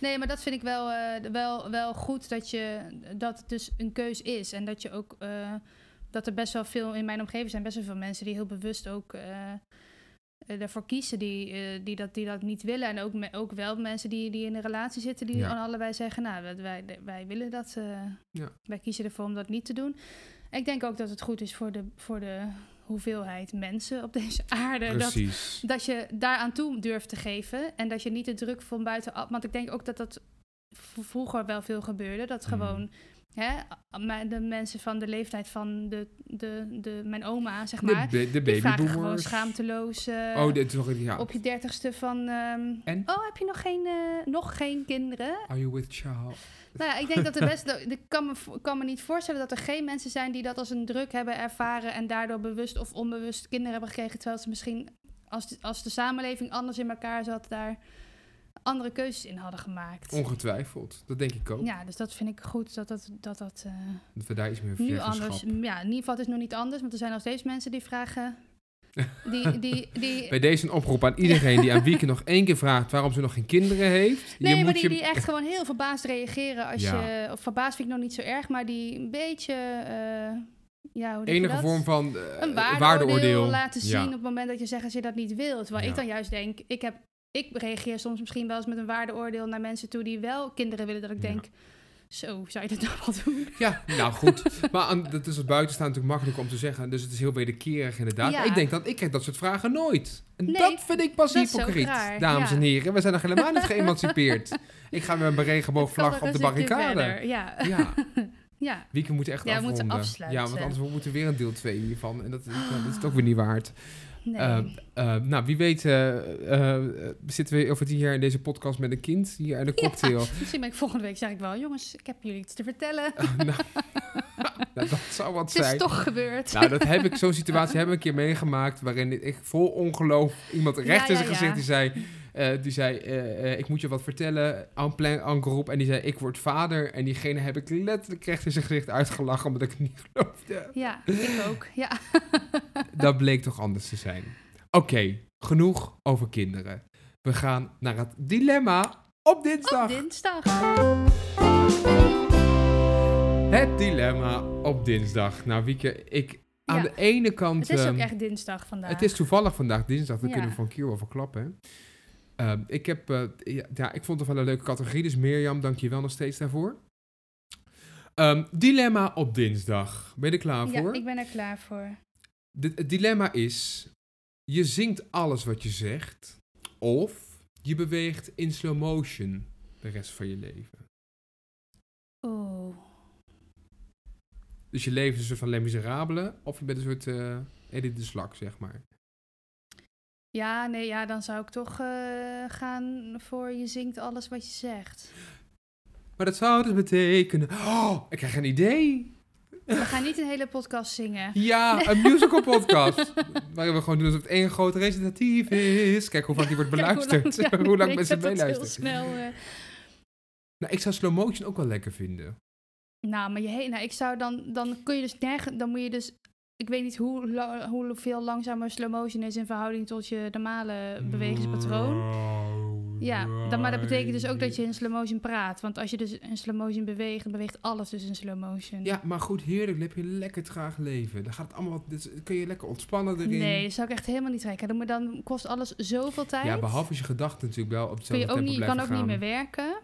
[SPEAKER 2] Nee, maar dat vind ik wel, eh, wel, wel goed dat, je, dat het dus een keus is. En dat je ook, eh, dat er best wel veel in mijn omgeving zijn, best wel veel mensen die heel bewust ook eh, eh, ervoor kiezen die, eh, die, dat, die dat niet willen. En ook, me- ook wel mensen die, die in een relatie zitten, die
[SPEAKER 1] Ja.
[SPEAKER 2] aan allebei zeggen, nou, dat wij, wij willen dat. eh,
[SPEAKER 1] Ja.
[SPEAKER 2] Wij kiezen ervoor om dat niet te doen. Ik denk ook dat het goed is voor de, voor de hoeveelheid mensen op deze aarde. Dat,
[SPEAKER 1] Precies.
[SPEAKER 2] dat je daaraan toe durft te geven. En dat je niet de druk van buitenaf. Want ik denk ook dat dat v- vroeger wel veel gebeurde. Dat
[SPEAKER 1] Mm.
[SPEAKER 2] gewoon hè, a- maar de mensen van de leeftijd van de, de, de, mijn oma, zeg
[SPEAKER 1] De,
[SPEAKER 2] maar.
[SPEAKER 1] ba- de
[SPEAKER 2] die vragen gewoon
[SPEAKER 1] babyboomers.
[SPEAKER 2] schaamteloos. eh,
[SPEAKER 1] Oh, dit, sorry, ja.
[SPEAKER 2] Op je dertigste van. ehm,
[SPEAKER 1] En?
[SPEAKER 2] Oh, heb je nog geen, eh, nog geen kinderen?
[SPEAKER 1] Are you with child?
[SPEAKER 2] Nou ja, ik denk dat de best. dat- Ik kan me, vo- kan me niet voorstellen dat er geen mensen zijn die dat als een druk hebben ervaren. en daardoor bewust of onbewust kinderen hebben gekregen. Terwijl ze misschien, als de, als de samenleving anders in elkaar zat, daar andere keuzes in hadden gemaakt.
[SPEAKER 1] Oh. Ongetwijfeld. Dat denk ik ook.
[SPEAKER 2] ja, dus dat vind ik goed dat dat, dat, dat eh,
[SPEAKER 1] Dat we daar iets meer
[SPEAKER 2] nu anders.
[SPEAKER 1] vergenschap.
[SPEAKER 2] Ja, in ieder geval het is nog niet anders, want er zijn nog steeds mensen die vragen. Die, die, die,
[SPEAKER 1] Bij deze een oproep aan iedereen die aan Wieke nog één keer vraagt waarom ze nog geen kinderen heeft.
[SPEAKER 2] Nee,
[SPEAKER 1] je
[SPEAKER 2] maar
[SPEAKER 1] moet
[SPEAKER 2] die,
[SPEAKER 1] je...
[SPEAKER 2] die oh, echt gewoon heel verbaasd reageren als
[SPEAKER 1] Ja.
[SPEAKER 2] je... Of verbaasd vind ik nog niet zo erg, maar die een beetje... eh, ja, hoe zeg je
[SPEAKER 1] enige
[SPEAKER 2] dat?
[SPEAKER 1] vorm van eh,
[SPEAKER 2] Een waardeoordeel, laten zien op het moment dat je zegt als je dat niet wilt. Terwijl
[SPEAKER 1] Ja.
[SPEAKER 2] ik dan juist denk, ik, heb, ik reageer soms misschien wel eens met een waardeoordeel naar mensen toe die wel kinderen willen. Dat ik
[SPEAKER 1] Ja.
[SPEAKER 2] denk, zo, zou je dat nou wel doen?
[SPEAKER 1] Ja, nou goed. maar aan- dat is als buitenstaan natuurlijk makkelijk om te zeggen. Dus het is heel wederkerig inderdaad.
[SPEAKER 2] Ja.
[SPEAKER 1] Ik denk dat ik krijg dat soort vragen nooit. En
[SPEAKER 2] Nee,
[SPEAKER 1] dat vind ik pas
[SPEAKER 2] dat is ook
[SPEAKER 1] hypocriet,
[SPEAKER 2] raar,
[SPEAKER 1] dames
[SPEAKER 2] ja.
[SPEAKER 1] en heren. We zijn nog helemaal niet geëmancipeerd. Ik ga met mijn regenboogvlag
[SPEAKER 2] Kan
[SPEAKER 1] op de
[SPEAKER 2] nog een stukje
[SPEAKER 1] barricade.
[SPEAKER 2] verder, Ja,
[SPEAKER 1] Ja,
[SPEAKER 2] ja.
[SPEAKER 1] Wieke moet echt
[SPEAKER 2] Ja, we
[SPEAKER 1] afronden.
[SPEAKER 2] moeten afsluiten.
[SPEAKER 1] Ja, want anders we moeten weer een deel 2 hiervan. En dat, nou, dat is het ook weer niet waard.
[SPEAKER 2] Nee.
[SPEAKER 1] Eh, eh, nou, wie weet eh, eh, zitten we over tien jaar in deze podcast met een kind hier en een
[SPEAKER 2] Ja,
[SPEAKER 1] cocktail.
[SPEAKER 2] misschien ben ik volgende week zeg ik wel, jongens, ik heb jullie iets te vertellen.
[SPEAKER 1] nou, nou, dat zou wat
[SPEAKER 2] Het is
[SPEAKER 1] zijn.
[SPEAKER 2] toch gebeurd.
[SPEAKER 1] Nou, dat heb ik, zo'n situatie heb ik een keer meegemaakt waarin ik vol ongeloof iemand recht
[SPEAKER 2] Ja,
[SPEAKER 1] in
[SPEAKER 2] ja,
[SPEAKER 1] zijn
[SPEAKER 2] ja.
[SPEAKER 1] gezicht die zei, eh, die zei eh, eh, ik moet je wat vertellen, en plein, en groep. En die zei, ik word vader. En diegene heb ik letterlijk recht in zijn gezicht uitgelachen omdat ik het niet geloofde.
[SPEAKER 2] Ja, ik ook. Ja.
[SPEAKER 1] Dat bleek toch anders te zijn. Oké, genoeg over kinderen. We gaan naar het dilemma op dinsdag.
[SPEAKER 2] Op dinsdag.
[SPEAKER 1] Het dilemma op dinsdag. Nou, Wieke, ik aan
[SPEAKER 2] Ja.
[SPEAKER 1] de ene kant.
[SPEAKER 2] Het is ook
[SPEAKER 1] ehm,
[SPEAKER 2] echt dinsdag vandaag.
[SPEAKER 1] het is toevallig vandaag dinsdag, daar
[SPEAKER 2] Ja.
[SPEAKER 1] kunnen we van Kiel over klappen. hè. Ehm, ik, heb, eh, ja, ja, ik vond het wel een leuke categorie, dus Mirjam, dank je wel nog steeds daarvoor. Ehm, dilemma op dinsdag. Ben je er klaar
[SPEAKER 2] ja,
[SPEAKER 1] voor?
[SPEAKER 2] ik ben er klaar voor.
[SPEAKER 1] Dit- het dilemma is: je zingt alles wat je zegt, of je beweegt in slow motion de rest van je leven.
[SPEAKER 2] Oeh.
[SPEAKER 1] Dus je leven is een soort van Les Miserables, of je bent een soort eh Edith de Slak, zeg maar.
[SPEAKER 2] Ja, nee, ja, dan zou ik toch eh, gaan voor je zingt alles wat je zegt.
[SPEAKER 1] Maar dat zou dus betekenen. Oh, ik krijg een idee.
[SPEAKER 2] We gaan niet een hele podcast zingen.
[SPEAKER 1] Ja, een musical podcast. Waarin we gewoon doen alsof het één groot recitatief is. Kijk hoe vaak die wordt
[SPEAKER 2] Kijk hoe lang-
[SPEAKER 1] beluisterd.
[SPEAKER 2] ja,
[SPEAKER 1] hoe lang,
[SPEAKER 2] ik denk
[SPEAKER 1] mensen
[SPEAKER 2] dat het heel
[SPEAKER 1] meeluisteren.
[SPEAKER 2] snel, eh,
[SPEAKER 1] Nou, ik zou slow motion ook wel lekker vinden.
[SPEAKER 2] nou, maar je he- nou, ik zou dan, dan kun je dus nergens, dan moet je dus, ik weet niet hoe, la- hoeveel langzamer slow motion is in verhouding tot je normale Eh, bewegingspatroon.
[SPEAKER 1] Nou,
[SPEAKER 2] Ja, dan, maar dat betekent dus ook dat je in slow motion praat. Want als je dus in slow motion beweegt, dan beweegt alles dus in slow motion.
[SPEAKER 1] Ja, maar goed, heerlijk. Dan heb je een lekker traag leven. Dan gaat het allemaal... wat- Dus kun je lekker ontspannen erin.
[SPEAKER 2] Nee, dat zou ik echt helemaal niet trekken. Maar dan kost alles zoveel tijd.
[SPEAKER 1] Ja, behalve als je gedachten natuurlijk wel op
[SPEAKER 2] Kun
[SPEAKER 1] hetzelfde
[SPEAKER 2] je, ook
[SPEAKER 1] tempo
[SPEAKER 2] niet, je
[SPEAKER 1] blijven
[SPEAKER 2] kan ook niet meer
[SPEAKER 1] gaan.
[SPEAKER 2] werken.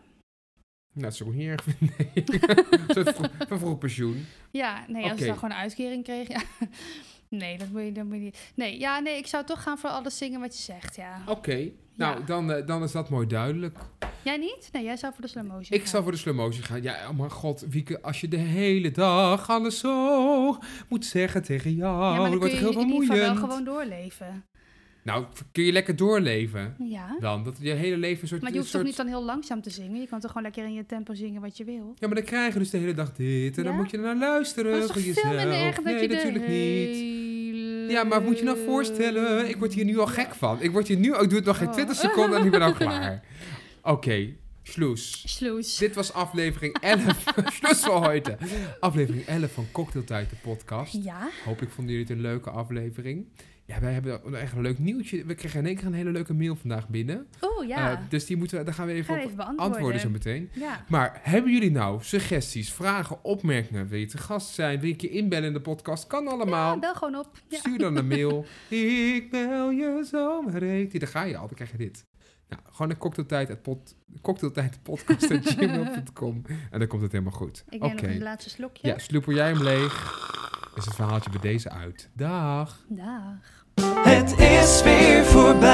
[SPEAKER 1] Nou, dat is ook niet erg. Nee. Zo'n vro- Van vroeg pensioen.
[SPEAKER 2] Ja, nee, als
[SPEAKER 1] Oké.
[SPEAKER 2] je dan gewoon een uitkering kreeg. Ja. Nee, dat moet je, dat moet je niet. Nee, ja, nee, ik zou toch gaan voor alles zingen wat je zegt, ja.
[SPEAKER 1] Oké. Nou,
[SPEAKER 2] Ja.
[SPEAKER 1] dan, eh, dan is dat mooi duidelijk.
[SPEAKER 2] Jij niet? Nee, jij zou voor de slow motion
[SPEAKER 1] Ik zou voor de slow motion gaan. Ja, oh mijn god, Wieke, als je de hele dag alles zo moet zeggen tegen jou,
[SPEAKER 2] Ja, maar dan kun
[SPEAKER 1] wordt
[SPEAKER 2] je
[SPEAKER 1] het
[SPEAKER 2] in
[SPEAKER 1] oh, heel
[SPEAKER 2] ieder geval wel
[SPEAKER 1] vermoeiend.
[SPEAKER 2] gewoon doorleven.
[SPEAKER 1] Nou, kun je lekker doorleven
[SPEAKER 2] Ja.
[SPEAKER 1] dan? Dat je hele leven Nou, een soort...
[SPEAKER 2] Maar je hoeft
[SPEAKER 1] een
[SPEAKER 2] toch niet
[SPEAKER 1] soort...
[SPEAKER 2] dan heel langzaam te zingen? Je kan toch gewoon lekker in je tempo zingen wat je wil?
[SPEAKER 1] Ja, maar dan krijg je dus de hele dag dit en dan
[SPEAKER 2] Ja?
[SPEAKER 1] moet je er naar luisteren
[SPEAKER 2] Maar het is
[SPEAKER 1] voor
[SPEAKER 2] toch veel
[SPEAKER 1] jezelf.
[SPEAKER 2] minder erg dat
[SPEAKER 1] nee,
[SPEAKER 2] je de
[SPEAKER 1] natuurlijk niet.
[SPEAKER 2] hele-
[SPEAKER 1] Ja, maar moet je nou voorstellen, ik word hier nu al gek van. Ik word hier nu, ik doe het nog geen
[SPEAKER 2] Oh.
[SPEAKER 1] 20 seconden en ik ben al klaar. Oké, sluis.
[SPEAKER 2] Sloes.
[SPEAKER 1] Dit was aflevering 11. Schluss voor heute. Aflevering 11 van Cocktailtijd, de podcast.
[SPEAKER 2] Ja?
[SPEAKER 1] Hopelijk vonden jullie het een leuke aflevering. Ja, wij hebben echt een leuk nieuwtje. We kregen in één keer een hele leuke mail vandaag binnen.
[SPEAKER 2] Oh ja.
[SPEAKER 1] Eh, dus die moeten we, daar gaan we even
[SPEAKER 2] Gaan we
[SPEAKER 1] op
[SPEAKER 2] even beantwoorden.
[SPEAKER 1] antwoorden zo meteen.
[SPEAKER 2] ja.
[SPEAKER 1] Maar hebben jullie nou suggesties, vragen, opmerkingen? Wil je te gast zijn? Wil je een keer inbellen in de podcast? Kan allemaal.
[SPEAKER 2] ja, bel gewoon op. Ja.
[SPEAKER 1] Stuur dan een mail. Ik bel je zomaar heet. Daar ga je al, dan krijg je dit. Nou, gewoon een cocktailtijd, at pot, cocktailtijdpodcast.gmail.com en dan komt het helemaal goed.
[SPEAKER 2] Ik
[SPEAKER 1] Oké.
[SPEAKER 2] neem nog een laatste slokje.
[SPEAKER 1] Ja, sloeper jij hem leeg. Is het verhaaltje bij deze uit. Dag.
[SPEAKER 2] Dag.
[SPEAKER 3] Het is weer voorbij.